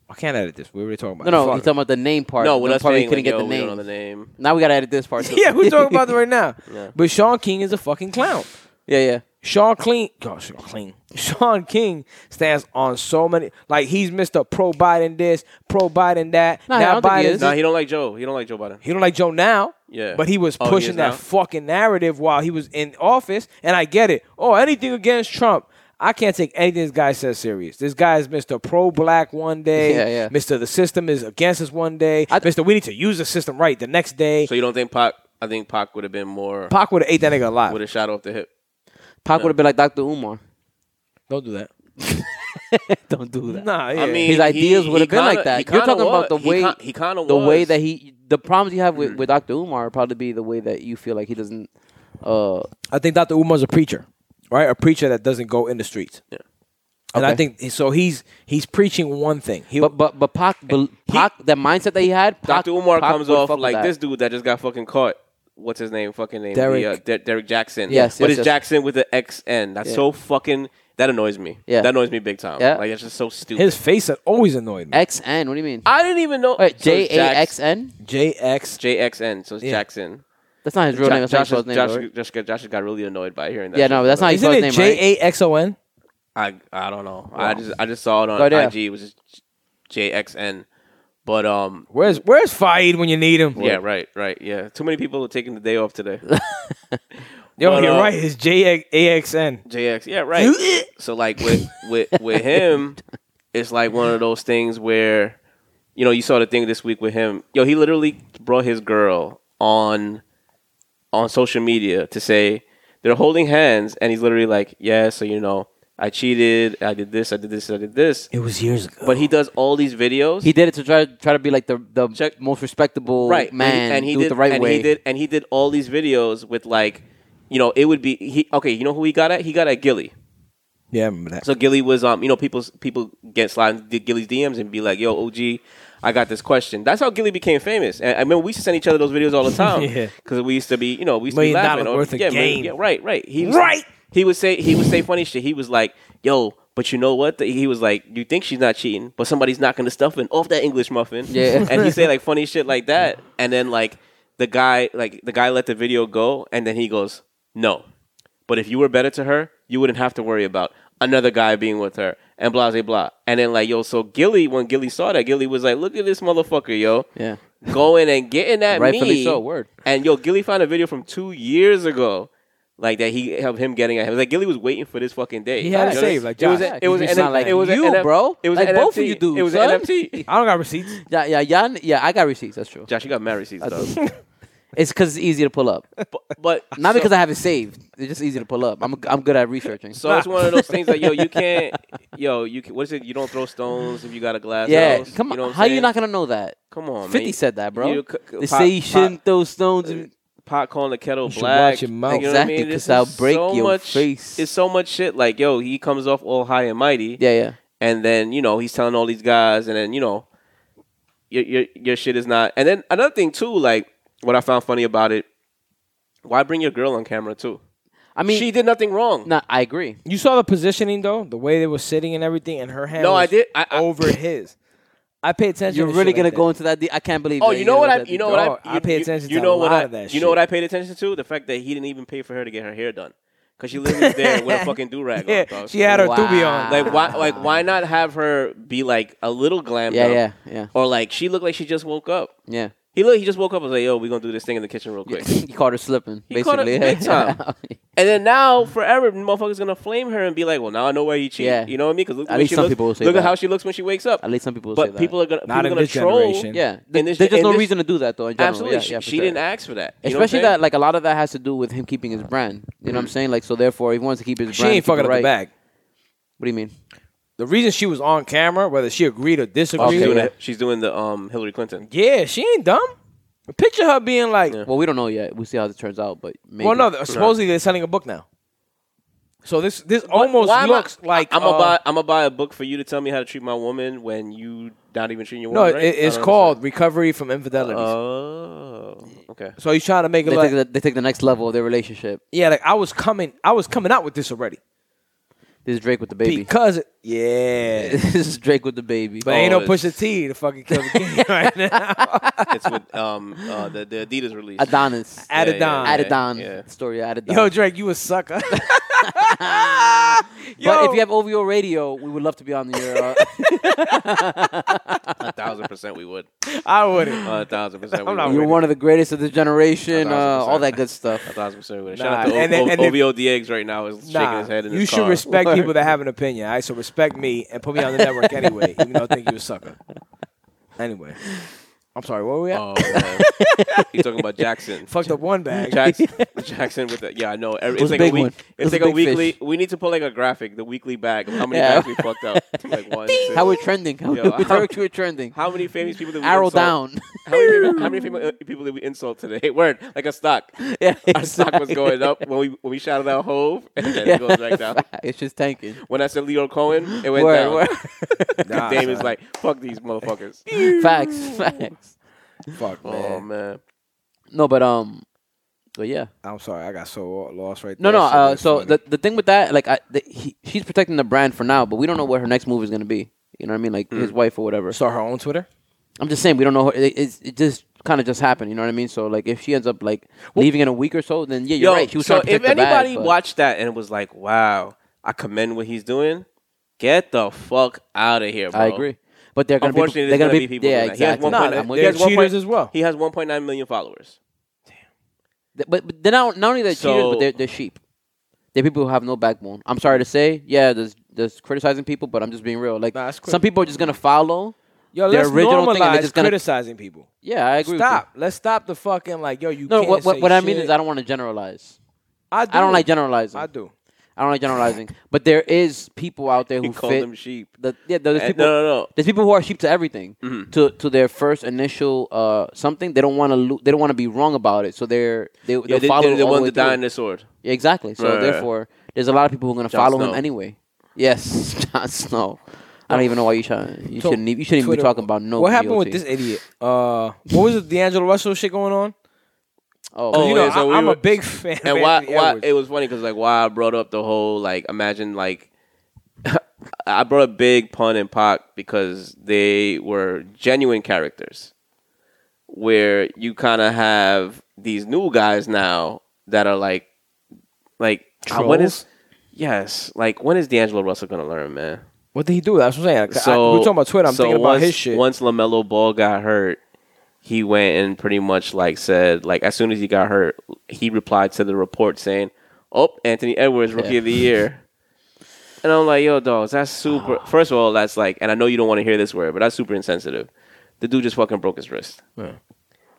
I can't edit this. We already talking about. No, no. it. He's talking about the name part. No, the what part us where saying, you couldn't like, yo, get the we don't know name. the name. Now we gotta edit this part. Too. yeah, we're talking about it right now. Yeah. But Sean King is a fucking clown. yeah, yeah. Sean King, gosh, Sean King. Sean King stands on so many. Like he's Mr. Pro Biden this, Pro Biden that. Nah, I now don't think he Biden's is. No, he don't like Joe. He don't like Joe Biden. He don't like Joe now. Yeah. But he was Oh, he pushing is that now? fucking narrative while he was in office. And I get it. Oh, anything against Trump. I can't take anything this guy says serious. This guy is Mr. Pro Black one day. Yeah, yeah. Mr. The system is against us one day. I- Mr. We need to use the system right the next day. So you don't think Pac? I think Pac would have been more Pac would have ate that nigga alive. with a shot off the hip. Pac would have been like Dr. Umar. Don't do that. don't do that. Nah, yeah. I mean, His ideas he- would have he been like kinda- that. he You're kinda talking about the was. He way kin- he kinda the way was. Mm. that he the problems you have with, with Dr. Umar would probably be the way that you feel like he doesn't. Uh, I think Dr. Umar's a preacher, right? A preacher that doesn't go in the streets. Yeah. And I Okay. think so. He's he's preaching one thing. He, but but but Pac, bel Pac that mindset that he had. Pac, Dr. Umar Pac comes would off fuck with like that. this dude that just got fucking caught what's his name? Fucking name. Derek. The, uh, Der- Derek Jackson. Yes, But yes, it's yes. Jackson with the X N. That's Yeah. so fucking. That annoys me. Yeah. That annoys me big time. Yeah. Like it's just so stupid. His face has always annoyed me. X N. What do you mean? I didn't even know. Wait, Ah! so J it's A Jax- X N. JX. JXN, so it's Yeah. Jackson. That's not his real Jo- name. That's not his Josh, first name. Josh, right? Josh, Josh just got really annoyed by hearing that. Yeah, shit, no, but that's not e- like, his Isn't first it name, right? J A X O N? I I don't know. I just I just saw it on Go there. IG. It was just JXN, but um, Where's Where's Faid when you need him? yeah, right, right, yeah. Too many people are taking the day off today. Yo, But, you're uh, right. It's J A X N. JX, yeah, right. so like with with with him, it's like one of those things where, you know, you saw the thing this week with him. Yo, he literally brought his girl on on social media to say they're holding hands, and he's literally like, yeah, so you know, I cheated, I did this, I did this, I did this. It was years ago. But he does all these videos. He did it to try try to be like the the Check- most respectable right man and he, do did it the right and way. he did and he did all these videos with like you know it would be he okay you know who he got at he got at gilly Yeah, I remember that. so gilly was um you know people people get slide into gilly's dms and be like yo og i got this question that's how gilly became famous and i remember we used to send each other those videos all the time Yeah. because we used to be you know we used Million to be laughing dollar or- worth of yeah, million- game. yeah right right he was, Right. he would say he would say funny shit he was like yo but you know what? He was like, "You think she's not cheating, but somebody's knocking the stuffing off that English muffin." Yeah. and he say like funny shit like that, and then like the guy like the guy let the video go, and then he goes, "No, but if you were better to her, you wouldn't have to worry about another guy being with her." And blah blah blah. And then like yo, so Gilly when Gilly saw that, Gilly was like, "Look at this motherfucker, yo, yeah, going and getting at rightfully me." so. Word. And yo, Gilly found a video from two years ago. Like that, he of him getting at him. Like Gilly was waiting for this fucking day. He had You it know, saved, like it was. Josh. a- It was. He's an not N- like, it was an "You, NF bro." It was Like, an both of NFT. you dudes, It was son. an NFT. I don't got receipts. Yeah, yeah, yeah, yeah. I got receipts. That's true. Josh, you got married, season, dog. It's because it's easy to pull up. but, but Not so- because I have it saved. It's just easy to pull up. I'm I'm good at researching. So it's one of those things that yo, you can't, yo, you can, what is it? You don't throw stones if you got a glass yeah, house. come on. You know what I'm How you saying? not gonna know that? Come on, Fifty man. said that, bro. You c- c- they pop- say you pop- shouldn't throw stones. and- pot calling the kettle should black. watch your mouth. You know what I mean? Exactly, 'cause This I'll is break so your much, face. It's so much shit. Like yo, he comes off all high and mighty, yeah, yeah. and then you know he's telling all these guys, and then you know your your your shit is not. And then another thing too, like what I found funny about it, why bring your girl on camera too? I mean, she did nothing wrong. nah, I agree. You saw the positioning though, the way they were sitting and everything, and her hand. No, was I did. I, I, over his. I pay attention. You're to really shit gonna like go into that. deep. I can't believe. Oh, that you know what gonna I? go into that You know deep. what I? Dog, I you- pay you- attention you to know a what lot I- of that You know what shit. I paid attention to? The fact that he didn't even pay for her to get her hair done, because she literally was there with a fucking do rag. Yeah, on, dog. she had her Wow. doobie on. Like why? Like why not have her be like a little glammed Ah. Yeah, up? yeah, yeah, Or like she looked like she just woke up. yeah. He look. He just woke up. and was like, "Yo, we gonna do this thing in the kitchen real quick." you caught her slipping, He caught her basically. big time. And then now, forever, motherfuckers gonna flame her and be like, "Well, now I know why you cheat." Yeah. You know what I mean? Because look, At at least she some looks, people will say look that. at how she looks when she wakes up. At least some people will say But that. people are gonna Not people in are gonna this troll. generation. yeah. in Th- this- There's just in no this- reason to do that though. In general. Absolutely, Yeah, she, yeah, for she sure. didn't ask for that. You know what I'm Especially saying? that, like a lot of that has to do with him keeping his brand. You know what I'm saying? Like, so therefore, he wants to keep his she brand. ain't keep it fucking up right. the bag. What do you mean? The reason she was on camera, whether she agreed or Oh, she's disagreed, doing yeah. it. She's doing the um Hillary Clinton. yeah, she ain't dumb. Picture her being like, Yeah. Well, we don't know yet. We'll see how it turns out. But maybe. well, no, th- supposedly they're selling a book now. So this this almost Why am I- looks like I'm uh, gonna buy. I'm gonna buy a book for you to tell me how to treat my woman when you not even treating your No, woman. it, right? Oh. I it's don't called Recovery from Infidelities. understand. Oh, okay. so he's trying to make it They like, take, the, they take the next level of their relationship. yeah, like I was coming, I was coming out with this already This is Drake with the baby. because, it, yeah. this is Drake with the baby. But ain't no Oh, it's- Pusha T to fucking kill the game right now. it's with um uh, the the Adidas release. Oh, Adonis. Yeah, yeah, Adidon. yeah, Adidon. yeah. Story of Adidon. Yo, Drake, you a sucker. but Yo. if you have OVO radio, we would love to be on your. Uh, A thousand percent, we would. I wouldn't. A thousand percent, we I'm not would. you're with one of the greatest of the generation. Uh, all that good stuff. A thousand percent, we would. Nah, Shout out to and then- o- and o- then- OVO Diegs right now is shaking his head in his you should car. respect Word. people that have an opinion. All right, so respect me and put me on the network anyway, even though I think you a sucker. Anyway, I'm sorry. Where were we at? Oh, man. you talking about Jackson? Fucked up one bag. Jackson, Jackson with the yeah, I know. Every, was it's like a a, big week. one. It It's was a like a, big weekly. fish. We need to put like a graphic, the weekly bag. of How many Yeah. bags we fucked up? Like one. two. How we're trending. How, Yo, how- we how, we're trending. How many famous people did we Arrow insult? down. How many, famous, how many famous uh, people did we insult today? Word, like a stock. yeah, Our stock was going up when we when we shouted out Hove, and then it goes right down. It's just tanking. When I said Leo Cohen, it went Word, down. word. Nah, Dame son. is like, fuck these motherfuckers. facts, facts. fuck, man. oh man, No, but um, But yeah. I'm sorry, I got so lost right No, there. no. Shit Uh, was so funny. the, the thing with that, like, I, the, he, she's protecting the brand for now, but we don't know what her next move is gonna be. You know what I mean? Like his Mm. wife or whatever. saw her own Twitter. I'm just saying we don't know. Her, it, it's it just kind of just happened. You know what I mean? So like, if she ends up like leaving in a week or so, then yeah, you're Yo, right. She was so trying to if protect the bag, anybody but- watched that and was like, "Wow, I commend what he's doing," get the fuck out of here, bro. I agree. But they're gonna be Unfortunately, they're there's gonna, gonna be people. yeah doing that. He has exactly. Nah, 1.9 they- I'm with he they're has 1.9 cheaters as well. He has 1.9 million followers. Th- But, but they're not, not only they're cheaters, So- but they're, they're sheep. They're people who have no backbone. I'm sorry to say, yeah, there's there's criticizing people, but I'm just being real. Like Nah, it's some people are just gonna follow. Yo, their let's original normalize thing and they're just gonna- criticizing people. Yeah, I agree. Stop. Let's stop the fucking like, yo, you. With you. No, can't what what, say what I shit. mean is I don't want to generalize. I, do. I don't like generalizing. I I, do. don't like generalizing. But there is people out there He who called fit. them sheep. the, yeah, there's Eh, people. no, no, no. There's people who are sheep to everything, Mm-hmm. to to their first initial uh something. They don't want to lo- they don't want to be wrong about it, so they're they Yeah, they'll they, follow they're the all ones the way that die through. in the sword. Yeah, exactly. So Right, right, right. therefore, there's a lot of people who are going to Jon follow Snow. him anyway. Yes, Jon Snow. I don't even know why you should you So, shouldn't even, you shouldn't even Twitter- be talking about no. What happened with VOT. this idiot? Uh, what was it? D'Angelo Russell shit going on? Oh, Oh, you know, yeah, so I, we I'm were- a big fan. And of why? Anthony Why Edwards. it was funny because like why I brought up the whole like imagine like I brought up Big Pun and Pac because they were genuine characters, where you kind of have these new guys now that are like like uh, when is yes like when is D'Angelo Russell gonna learn, man? What did he do? That's what I'm saying. Like, I- So we're talking about Twitter. I'm so thinking about once, his shit. Once Lamelo Ball got hurt, he went and pretty much like said like as soon as he got hurt, he replied to the report saying, "Oh, Anthony Edwards, rookie Yeah. of the year." And I'm like, yo, dogs, that's super. First of all, that's like, and I know you don't want to hear this word, but that's super insensitive. The dude just fucking broke his wrist.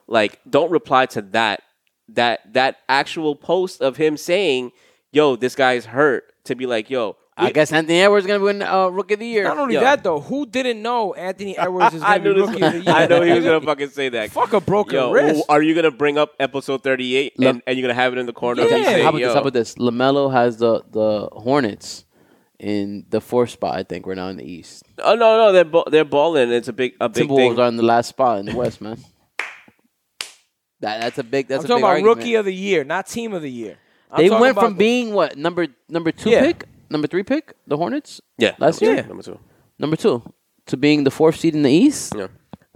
Like, don't reply to that. That that actual post of him saying, "Yo, this guy's hurt," to be like, "Yo, I guess Anthony Edwards is going to win uh, Rookie of the Year. Not only Yo. that though, who didn't know Anthony Edwards is I going to knew be this. rookie of the year? I know he was gonna fucking say that. fuck a broken Yo, wrist. are you gonna bring up episode thirty-eight and, Look- and you're gonna have it in the corner? of Yeah. you saying, how about yo, this? How about this? Lamelo has the the Hornets in the fourth spot. I think we're now in the East. Oh no, no, they're ba- they're balling. It's a big a big Timberwolves thing. are in the last spot in the West, man. That, that's a big. That's I'm a talking big about argument. rookie of the year, not team of the year. I'm They talking went about from being what number number two Yeah. pick, number three pick, the Hornets. yeah, Last number year? two, number two. number two to being the fourth seed in the East. Yeah.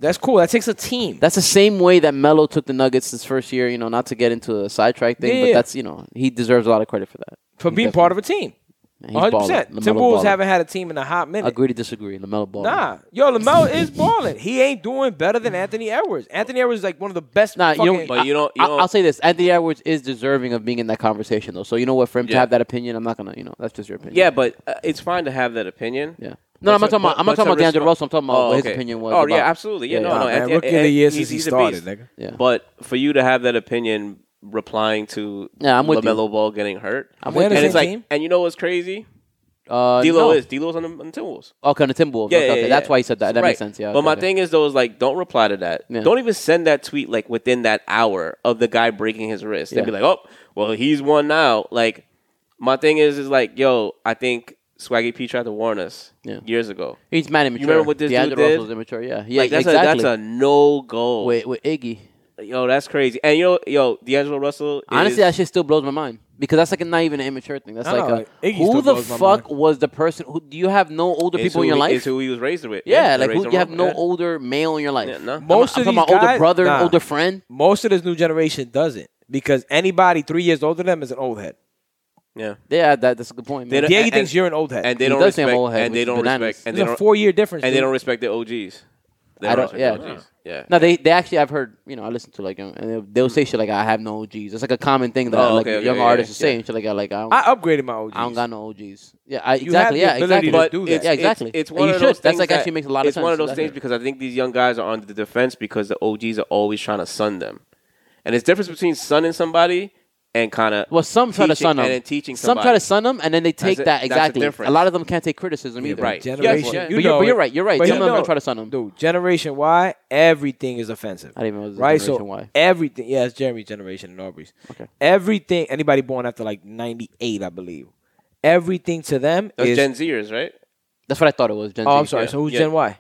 that's cool. That takes a team. That's the same way that Melo took the Nuggets his first year. You know, not to get into a sidetrack thing, Yeah, yeah. but that's you know he deserves a lot of credit for that. for He being definitely- part of a team. man, he's 100. percent balling. LaMelo Timberwolves balling. haven't had a team in a hot minute. Agree to disagree. Lamelo ball. Nah, yo, Lamelo is balling. He ain't doing better than Anthony Edwards. Anthony Edwards is like one of the best. Nah, you fucking, don't, But you don't- you I, don't- will say this: Anthony Edwards is deserving of being in that conversation, though. So you know what? For him to Yeah. have that opinion, I'm not gonna. You know, that's just your opinion. Yeah, but uh, it's fine to have that opinion. yeah. No, I'm not talking about. I'm not talking about D'Angelo Russell. I'm talking about what his opinion was. Oh yeah, about- absolutely. Yeah, no, Yeah, yeah. no. Nah, man, Anthony- rookie of the year he's- since he he's a started, beast. nigga. Yeah. But for you to have that opinion replying to Yeah, I'm with you. Lamelo Ball getting hurt, I'm They're with the and you. it's same like, team? and you know what's crazy? Uh, D'Lo no. is D'Lo's on the, on the Timberwolves. Okay, on the Timberwolves. Yeah, okay, yeah, okay. yeah. That's why he said that. That Right. makes sense. Yeah. But okay, my okay. thing is though is like, don't reply to that. Yeah. Don't even send that tweet like within that hour of the guy breaking his wrist. They'd Yeah. be like, oh, well, he's one now. Like, my thing is is like, yo, I think Swaggy P tried to warn us Yeah. years ago. He's mad immature. remember what this dude D'Angelo did? Russell's immature. Yeah, yeah, like that's a exactly. that's a no go. with, with Iggy. Yo, that's crazy. And you know, yo, D'Angelo Russell. Is, Honestly, that shit still blows my mind because that's like not even an immature thing. That's No, like, a, Iggy still who the blows my fuck was the person? Who do you have no older is who people in your he- life? is who he was raised with. yeah, they like raised who, him you have wrong. no Yeah. older male in your life. Yeah, no. Most I'm, of I'm these talking about guys- older brother, nah. older friend. Most of this new generation doesn't because anybody three years older than them is an old head. Yeah, Yeah, that, that's a good point. They man. don't- Diego and- thinks you're an old head. and they He don't does say I'm respect. old head, and which they is don't bananas. respect. And There's they a don't. four year difference. And they dude. don't respect the OGs. They I don't don't- respect yeah. the OGs. Yeah. No, they they actually I've heard you know I listen to like young, and they'll, they'll say shit like I have no OGs. It's like a common thing that Oh, like okay, okay, young yeah, artists yeah. are saying shit like I like I don't, I upgraded my OGs. I don't got no OGs. Yeah, I, have exactly. the yeah, ability exactly. to But do that. it's, Yeah, exactly. It's, it's And one you of those should. That's things like that- actually makes a lot of it's one of sense. those things because I think these young guys are on the defense because the OGs are always trying to sun them, and it's difference between sunning somebody and kind of Well, some try to sun them. and then teaching some somebody. try to sun them, and then they take a- that's that a exactly. difference. A lot of them can't take criticism either. right. Yeah, Generation, yeah. you but, you're, know but you're it. right. You're right. But Some you of them know- gonna try to sun them. Dude, Generation Y, everything is offensive. I didn't even know it was a right. so Generation Y. everything, yeah, it's Jeremy's generation and Aubrey's. Okay. Everything. Anybody born after like '98, I believe. Everything to them Those is. Gen Zers, right? That's what I thought it was. Gen oh, Z. I'm sorry. yeah, So who's yeah. Gen Y?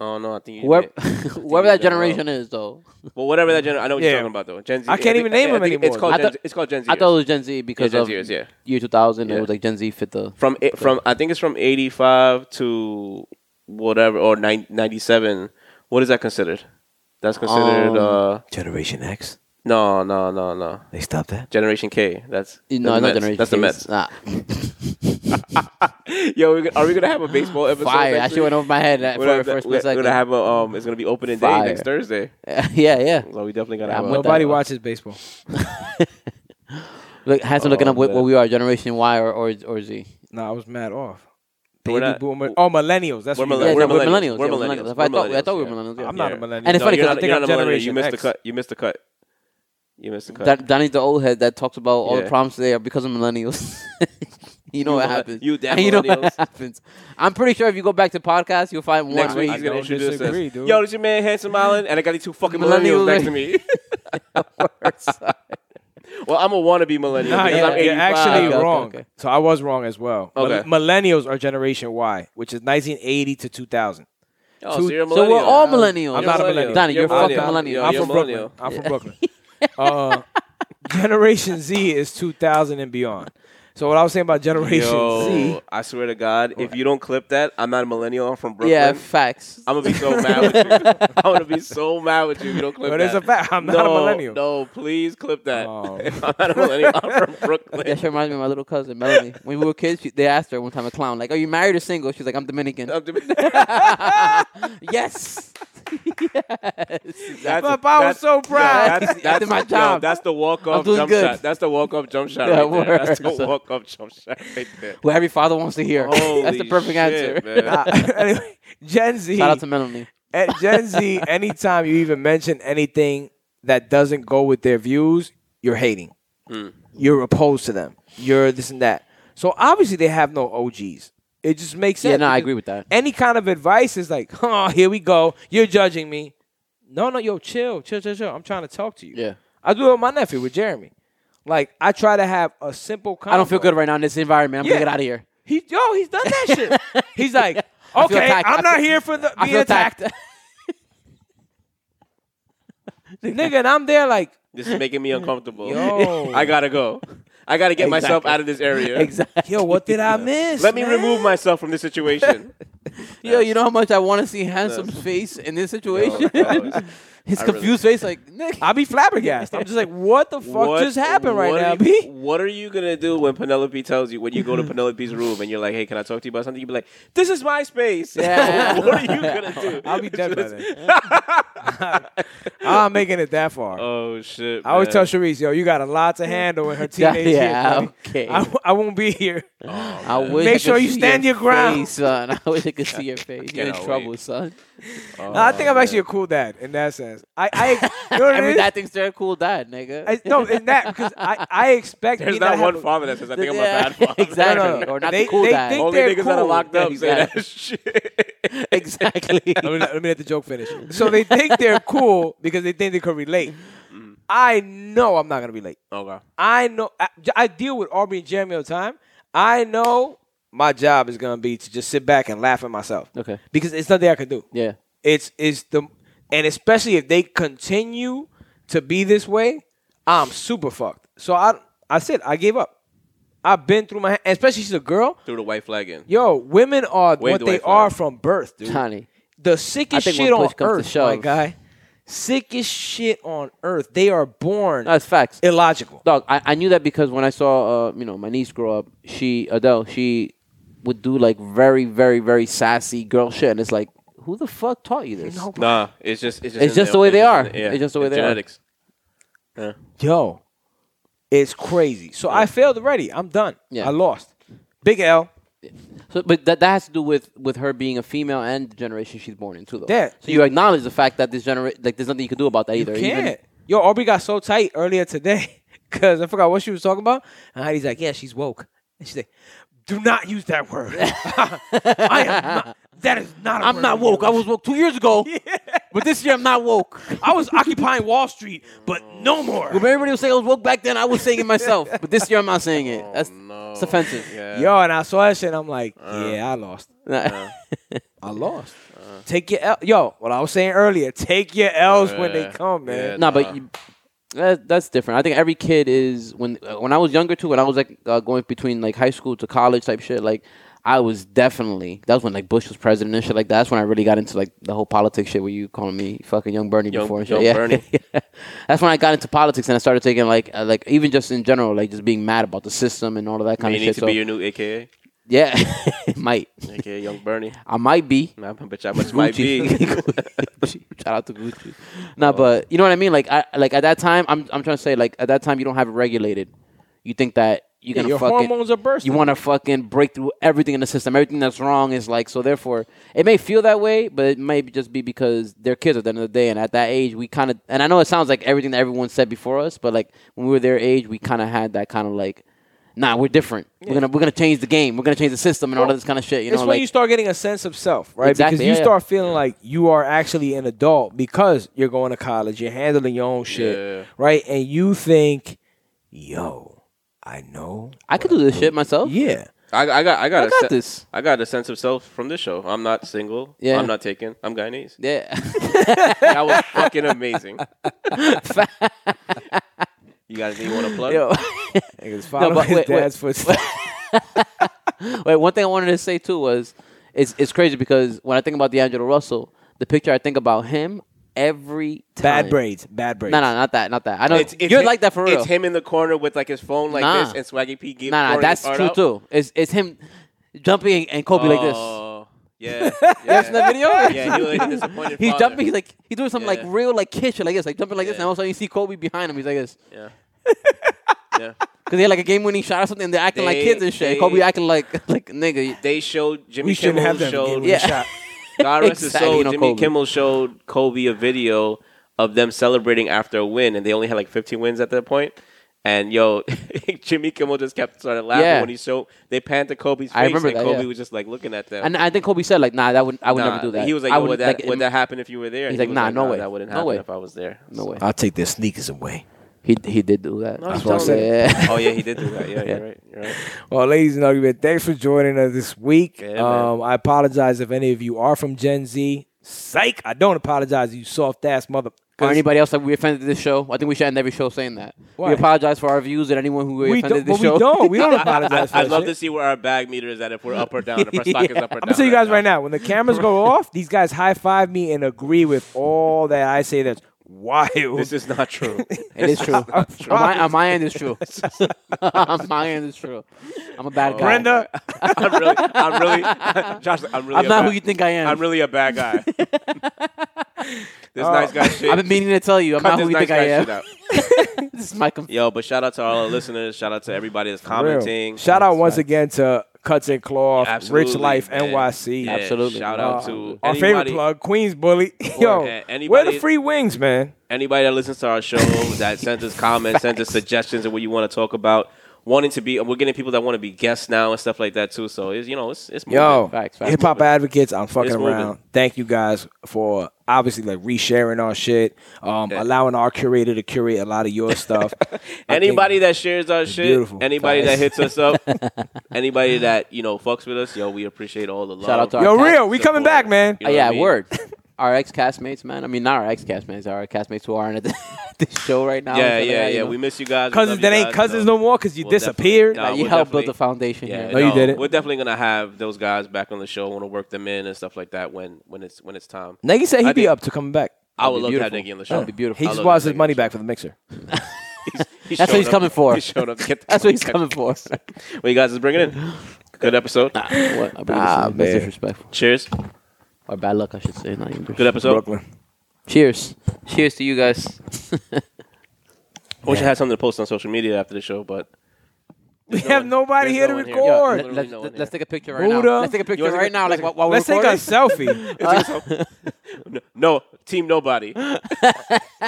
Oh no, I think you Whoever, I think you whoever that did it wrong. generation is, though, Well, whatever that generation, I know what Yeah. you're talking about though. Gen Z. I can't think- even name I them think It's anymore. called, I Gen thought- Z- it's called Gen Z. I thought it was Gen Z because Gen of Zers, yeah. year 2000. It Yeah. was like Gen Z fit the. from it, from I think it's from 85 to whatever or nine- 97. What is that considered? That's considered Um, uh Generation X. no no no no They stopped that. Generation K. That's No, that's not the generation. Mets. It's That's not. the Mets. Yo, we- are we gonna have a baseball episode? Fire. next That shit week? went over my head at- We're for a gonna, first we're split gonna second. have a um. It's gonna be opening day Fire. next Thursday, yeah, yeah. so we definitely gotta I'm have. with a- Nobody that. watches baseball. Look, has to looking Oh, up what, man. what we are, Generation Y or or, or Z. Nah, I was mad off. We're Baby not- boomer. Oh, millennials. That's We're what you Yeah, guys we're are. no, millennials. We're yeah, millennials. That's We're what I thought, I thought we were millennials, millennials. Yeah. I'm not a Yeah. millennial. And it's No, funny you're because I not- think you're I'm not a millennial. You Generation missed the X. cut. You missed the cut. You missed the cut. Don- Donnie's the old head that talks about all Yeah. the problems today are because of millennials. you know You what mil- happens. you damn you know millennials. what happens. I'm pretty sure if you go back to podcasts, you'll find one Next I- week I he's gonna don't introduce disagree, us. dude. Yo, this your man Handsome Island, and I got these two fucking millennials Millennials. next to me. well, I'm a wannabe millennial Nah, because you're, I'm 85. you're actually Okay, okay, wrong. okay. So I was wrong as well. Mil- Okay. millennials are Generation Y, which is 1980 to 2000. oh, two- so you're a So millennial. we're all millennials. I'm not a millennial. Donnie, you're, You're fucking millennial. millennial. Yo, I'm you're from a Brooklyn. millennial. I'm from Brooklyn. uh, Generation Z is 2000 and beyond. So what I was saying about Generation Z, Yo, I swear to God, if you don't clip that, I'm not a millennial. I'm from Brooklyn. yeah, facts. I'm gonna be so mad with you. I'm gonna be so mad with you if you don't clip but that. it's a fact. I'm no, not a millennial. No, please clip that. Oh. If I'm not a millennial. I'm from that Brooklyn. shit reminds me of my little cousin Melanie. When we were kids, she, they asked her one time, a clown, like, "Are you married or single?" She's like, "I'm Dominican." I'm Dominican. yes. yes. That's Papa, I was so proud. Yeah, that's, that's Did my yo, job. that's the walk off I'm doing jump good. shot. That's the walk off jump shot Yeah, right there. That's the word. walk off jump shot right there. What every father wants to hear. That's the Holy perfect shit, answer. man. Uh, anyway, Gen Z. Shout out to Melanie. at Gen Z, anytime you even mention anything that doesn't go with their views, you're hating. Hmm. You're opposed to them. You're this and that. So obviously they have no OGs. It just makes sense. Yeah, no, I because agree with that. Any kind of advice is like, oh, here we go. You're judging me. No, no, yo, chill, chill, chill, chill. I'm trying to talk to you. Yeah. I do it with my nephew, with Jeremy. Like, I try to have a simple convo. I don't feel good right now in this environment. I'm Yeah. gonna get out of here. He, yo, he's done that shit. He's like, I feel okay, attacked. I I'm not feel- here for the I being feel attacked. attacked. nigga, and I'm there like, This is making me uncomfortable. Yo. I gotta go. I gotta get myself out of this area. exactly. yo, what did I miss? Let me man? remove myself from this situation. Yo, you know how much I want to see Handsome's face in this situation. His I really- confused face, like, Nick. I'll be flabbergasted. I'm just like, what the fuck just happened right what now, are you, B? What are you gonna do when Penelope tells you when you go to Penelope's room and you're like, "Hey, can I talk to you about something?" You'd be like, "This is my space." Yeah. what are you gonna do? I'll be dead by then. I'm making it that far. Oh shit! I always man. tell Sharice, yo, you got a lot to handle in her Yeah, teenage yeah, years. buddy. okay. I, I won't be here. Oh, I wish Make I could sure you see stand your ground. face, son. I wish I could see your face. You're in Cannot trouble, wait. son. Oh, No, I think I'm man. actually a cool dad in that sense. I, I you know what I it mean, is? that thing's very cool, dad, nigga. I, no, in that because I, I expect There's me not having- one father that says, "I think I'm a Yeah, bad father." exactly. No, no, no. Or not They- the cool they dad. think- Only they're niggas that are cool. locked up say Exactly. that shit. exactly. let, me, let me let the joke finish. So they think they're cool because they think they can relate. I know I'm not gonna relate. okay. I know I, I deal with Aubrey and Jeremy all the time. I know my job is gonna be to just sit back and laugh at myself. Okay. Because it's nothing I can do. yeah. It's it's the and especially if they continue to be this way, I'm super fucked. So I I said I gave up. I've been through my especially she's a girl. Threw the white flag in. Yo, women are Wave what the they white flag. are from birth, dude. Johnny. The I sickest think shit when on push comes to earth, my shove- guy. Sickest shit on earth. They are born That's facts. illogical. Dog, I, I knew that because when I saw uh, you know, my niece grow up, she Adele, she would do like very, very, very sassy girl shit and it's like, who the fuck taught you this? No. Nah, it's just it's just, It's in just their- the way they just are. in their- yeah, It's just the way they are. genetics. Yo, it's crazy. So I failed already. I'm done. Yeah. I lost. Big L. So, but that, that has to do with with her being a female and the generation she's born into, though. Yeah. So you acknowledge the fact that this generation, like, there's nothing you can do about that either. You even- can't. Yo, Aubrey got so tight earlier today because I forgot what she was talking about. And Heidi's like, yeah, she's woke. And she's like, Do not use that word. I am not. That is not. i I'm not woke. I was woke two years ago, but this year I'm not woke. I was occupying Wall Street, but no more. If everybody was saying I was woke back then, I was saying it myself. But this year I'm not saying it. Oh, That's no. it's offensive. Yeah. Yo, and I saw that shit. I'm like, Uh. yeah, I lost. Nah. I lost. Uh. take your L. Yo, what I was saying earlier. Take your L's when they Yeah. come, man. Yeah. no, but you, that, that's different. I think every kid is when uh, when I was younger too. When I was like uh, going between like high school to college type shit, like I was definitely that was when like Bush was president and shit like that. That's when I really got into like the whole politics shit. Where you calling me fucking young Bernie Young- before and young shit. Yeah. Bernie. that's when I got into politics and I started taking like uh, like even just in general like just being mad about the system and all of that kind you of need shit. to so be your new AKA, yeah, might AKA Young Bernie. I might be. I bet you how much might be. Gucci. Shout out to Gucci. No, Oh. but you know what I mean. Like, I like at that time, I'm I'm trying to say like at that time you don't have it regulated. You think that you're Yeah, gonna your fucking hormones are bursting. you want to fucking break through everything in the system. Everything that's wrong is like so. Therefore, it may feel that way, but it may just be because they're kids at the end of the day. And at that age, we kind of and I know it sounds like everything that everyone said before us, but like when we were their age, we kind of had that kind of like. Nah, we're different. We're gonna we're gonna change the game. We're gonna change the system and all of this kind of shit. You know, it's when like, you start getting a sense of self, right? Exactly, because you yeah, yeah. start feeling like you are actually an adult because you're going to college, you're handling your own shit, Yeah. right? And you think, yo, I know. I could do this shit myself. Yeah. I, I got I got I a got sen- this. I got a sense of self from this show. I'm not single. Yeah. I'm not taken. I'm Guyanese. Yeah. That was fucking amazing. you guys need want to plug? Yo. Niggas follow but his wait, wait. dad's footsteps. Wait, one thing I wanted to say too was it's it's crazy because when I think about D'Angelo Russell, the picture I think about him every time. Bad braids. Bad braids. No, no, not that, not that. I know It's- it's you're him- like that for real. It's him in the corner with like his phone like this Nah. and Swaggy P. Give Nah, nah, that's true too. It's it's him jumping and Kobe like this. Yeah, Oh. yeah. That's in the video. Yeah, he was like a disappointed He's father. jumping. He's like he's doing some like Yeah. real like kid shit like this, like jumping like this, and Yeah. all of a sudden you see Kobe behind him. He's like this Yeah. yeah. because he had like a game winning shot or something. and They're acting like They- kids and shit. and they- Kobe acting like like nigga. you- They showed Jimmy We shouldn't Kimmel have that showed game yeah. Yeah. shot. God rest his Exactly, soul. you know, Jimmy Kobe. Kimmel showed Kobe a video of them celebrating after a win, and they only had like 15 wins at that point. And yo, Jimmy Kimmel just kept started laughing Yeah. when he showed they panned to Kobe's face, I remember and that, Kobe yeah. was just like looking at them. And I think Kobe said like, nah, that would I would Nah, never do that. He was like, I yo, would, that like, would that happen if you were there? And He's he like, was nah, no way. That wouldn't No happen way. if I was there. No way. I'll take their sneakers away. He he did do that. No, That's he's what I'm telling me. Yeah. Oh yeah, he did do that. Yeah, you're right. You're right. Well, ladies and gentlemen, thanks for joining us this week. Yeah, man. um, I apologize if any of you are from Gen Z. Psych! I don't apologize, you soft ass mother. Or anybody else that we offended this show? I think we should end every show saying that. Why? We apologize for our views and anyone who we, we don't, offended this but show. we don't. We don't apologize. For I'd that love shit. to see where our bag meter is at if we're up or down. If our stock is up or down. I'm gonna tell you guys right now. When the cameras go off, these guys high five me and agree with all that I say. That's wild. This is not true. it is true. on, my, on my end, it's true. on my end, it's true. I'm a Oh. bad guy. Brenda, I'm really, I'm really, Josh. I'm really. I'm a not bad, who you think I am. I'm really a bad guy. this nice guy shit. I've been meaning to tell you. I'm cut not this who you nice think guy I shit am. out. this is my com- Yo, but shout out to all our listeners. Shout out to everybody that's commenting. real. shout out once again to Cuts and Claw, Rich Absolutely, Life man. NYC. Yeah, Absolutely. Shout Uh, out to our favorite anybody- plug, Queens Bully. Yo, where yeah, the anybody- free wings, man? anybody that listens to our show that sends us comments, sends us suggestions of what you want to talk about, wanting to be, we're getting people that want to be guests now and stuff like that too. So it's you know it's it's Yo, moving. Facts, facts. hip hop advocates, I'm fucking It's moving. around. Thank you guys for obviously like resharing our shit, um, Yeah. allowing our curator to curate a lot of your stuff. I think- Anybody that shares our shit, beautiful. anybody that Facts. hits us up, anybody that you know fucks with us, yo, we appreciate all the love. Shout out to our Yo, cast- real, we coming support. back, man. You Uh, know what I yeah, mean? word. Our ex castmates, man. I mean, not our ex castmates. Our castmates who aren't at the, this show right now. Yeah, So, yeah, you yeah. know. We miss you guys. We cousins love you that ain't guys, cousins so- no more because you we'll disappeared. definitely- Nah, you we'll helped build definitely- the foundation Yeah, here. No, you didn't. We're definitely gonna have those guys back on the show. Want to work them in and stuff like that when when it's when it's time. Nigga said he'd I be think- up to coming back. I That'd would be love to have beautiful. Niggy on the show. That'd be beautiful. He I just love wants that his nigga. money back for the mixer. He That's what showed he's up- coming for. He showed up to get the That's what he's money. coming for. What you guys is bringing in? Good episode. what? I believe Ah, ah, man. That's disrespectful. Cheers. Or bad luck, I should say. Not even Good episode. Brooklyn. Cheers. Cheers to you guys. I wish I had something to post on social media after the show, but We no have one- nobody there's here no to one here. record. Yeah, Let, Literally us no one let's here. take a picture right Buddha. now. Let's take a picture wanna take right a- now, like while, while we're Let's take a recording. selfie. no, no, team nobody.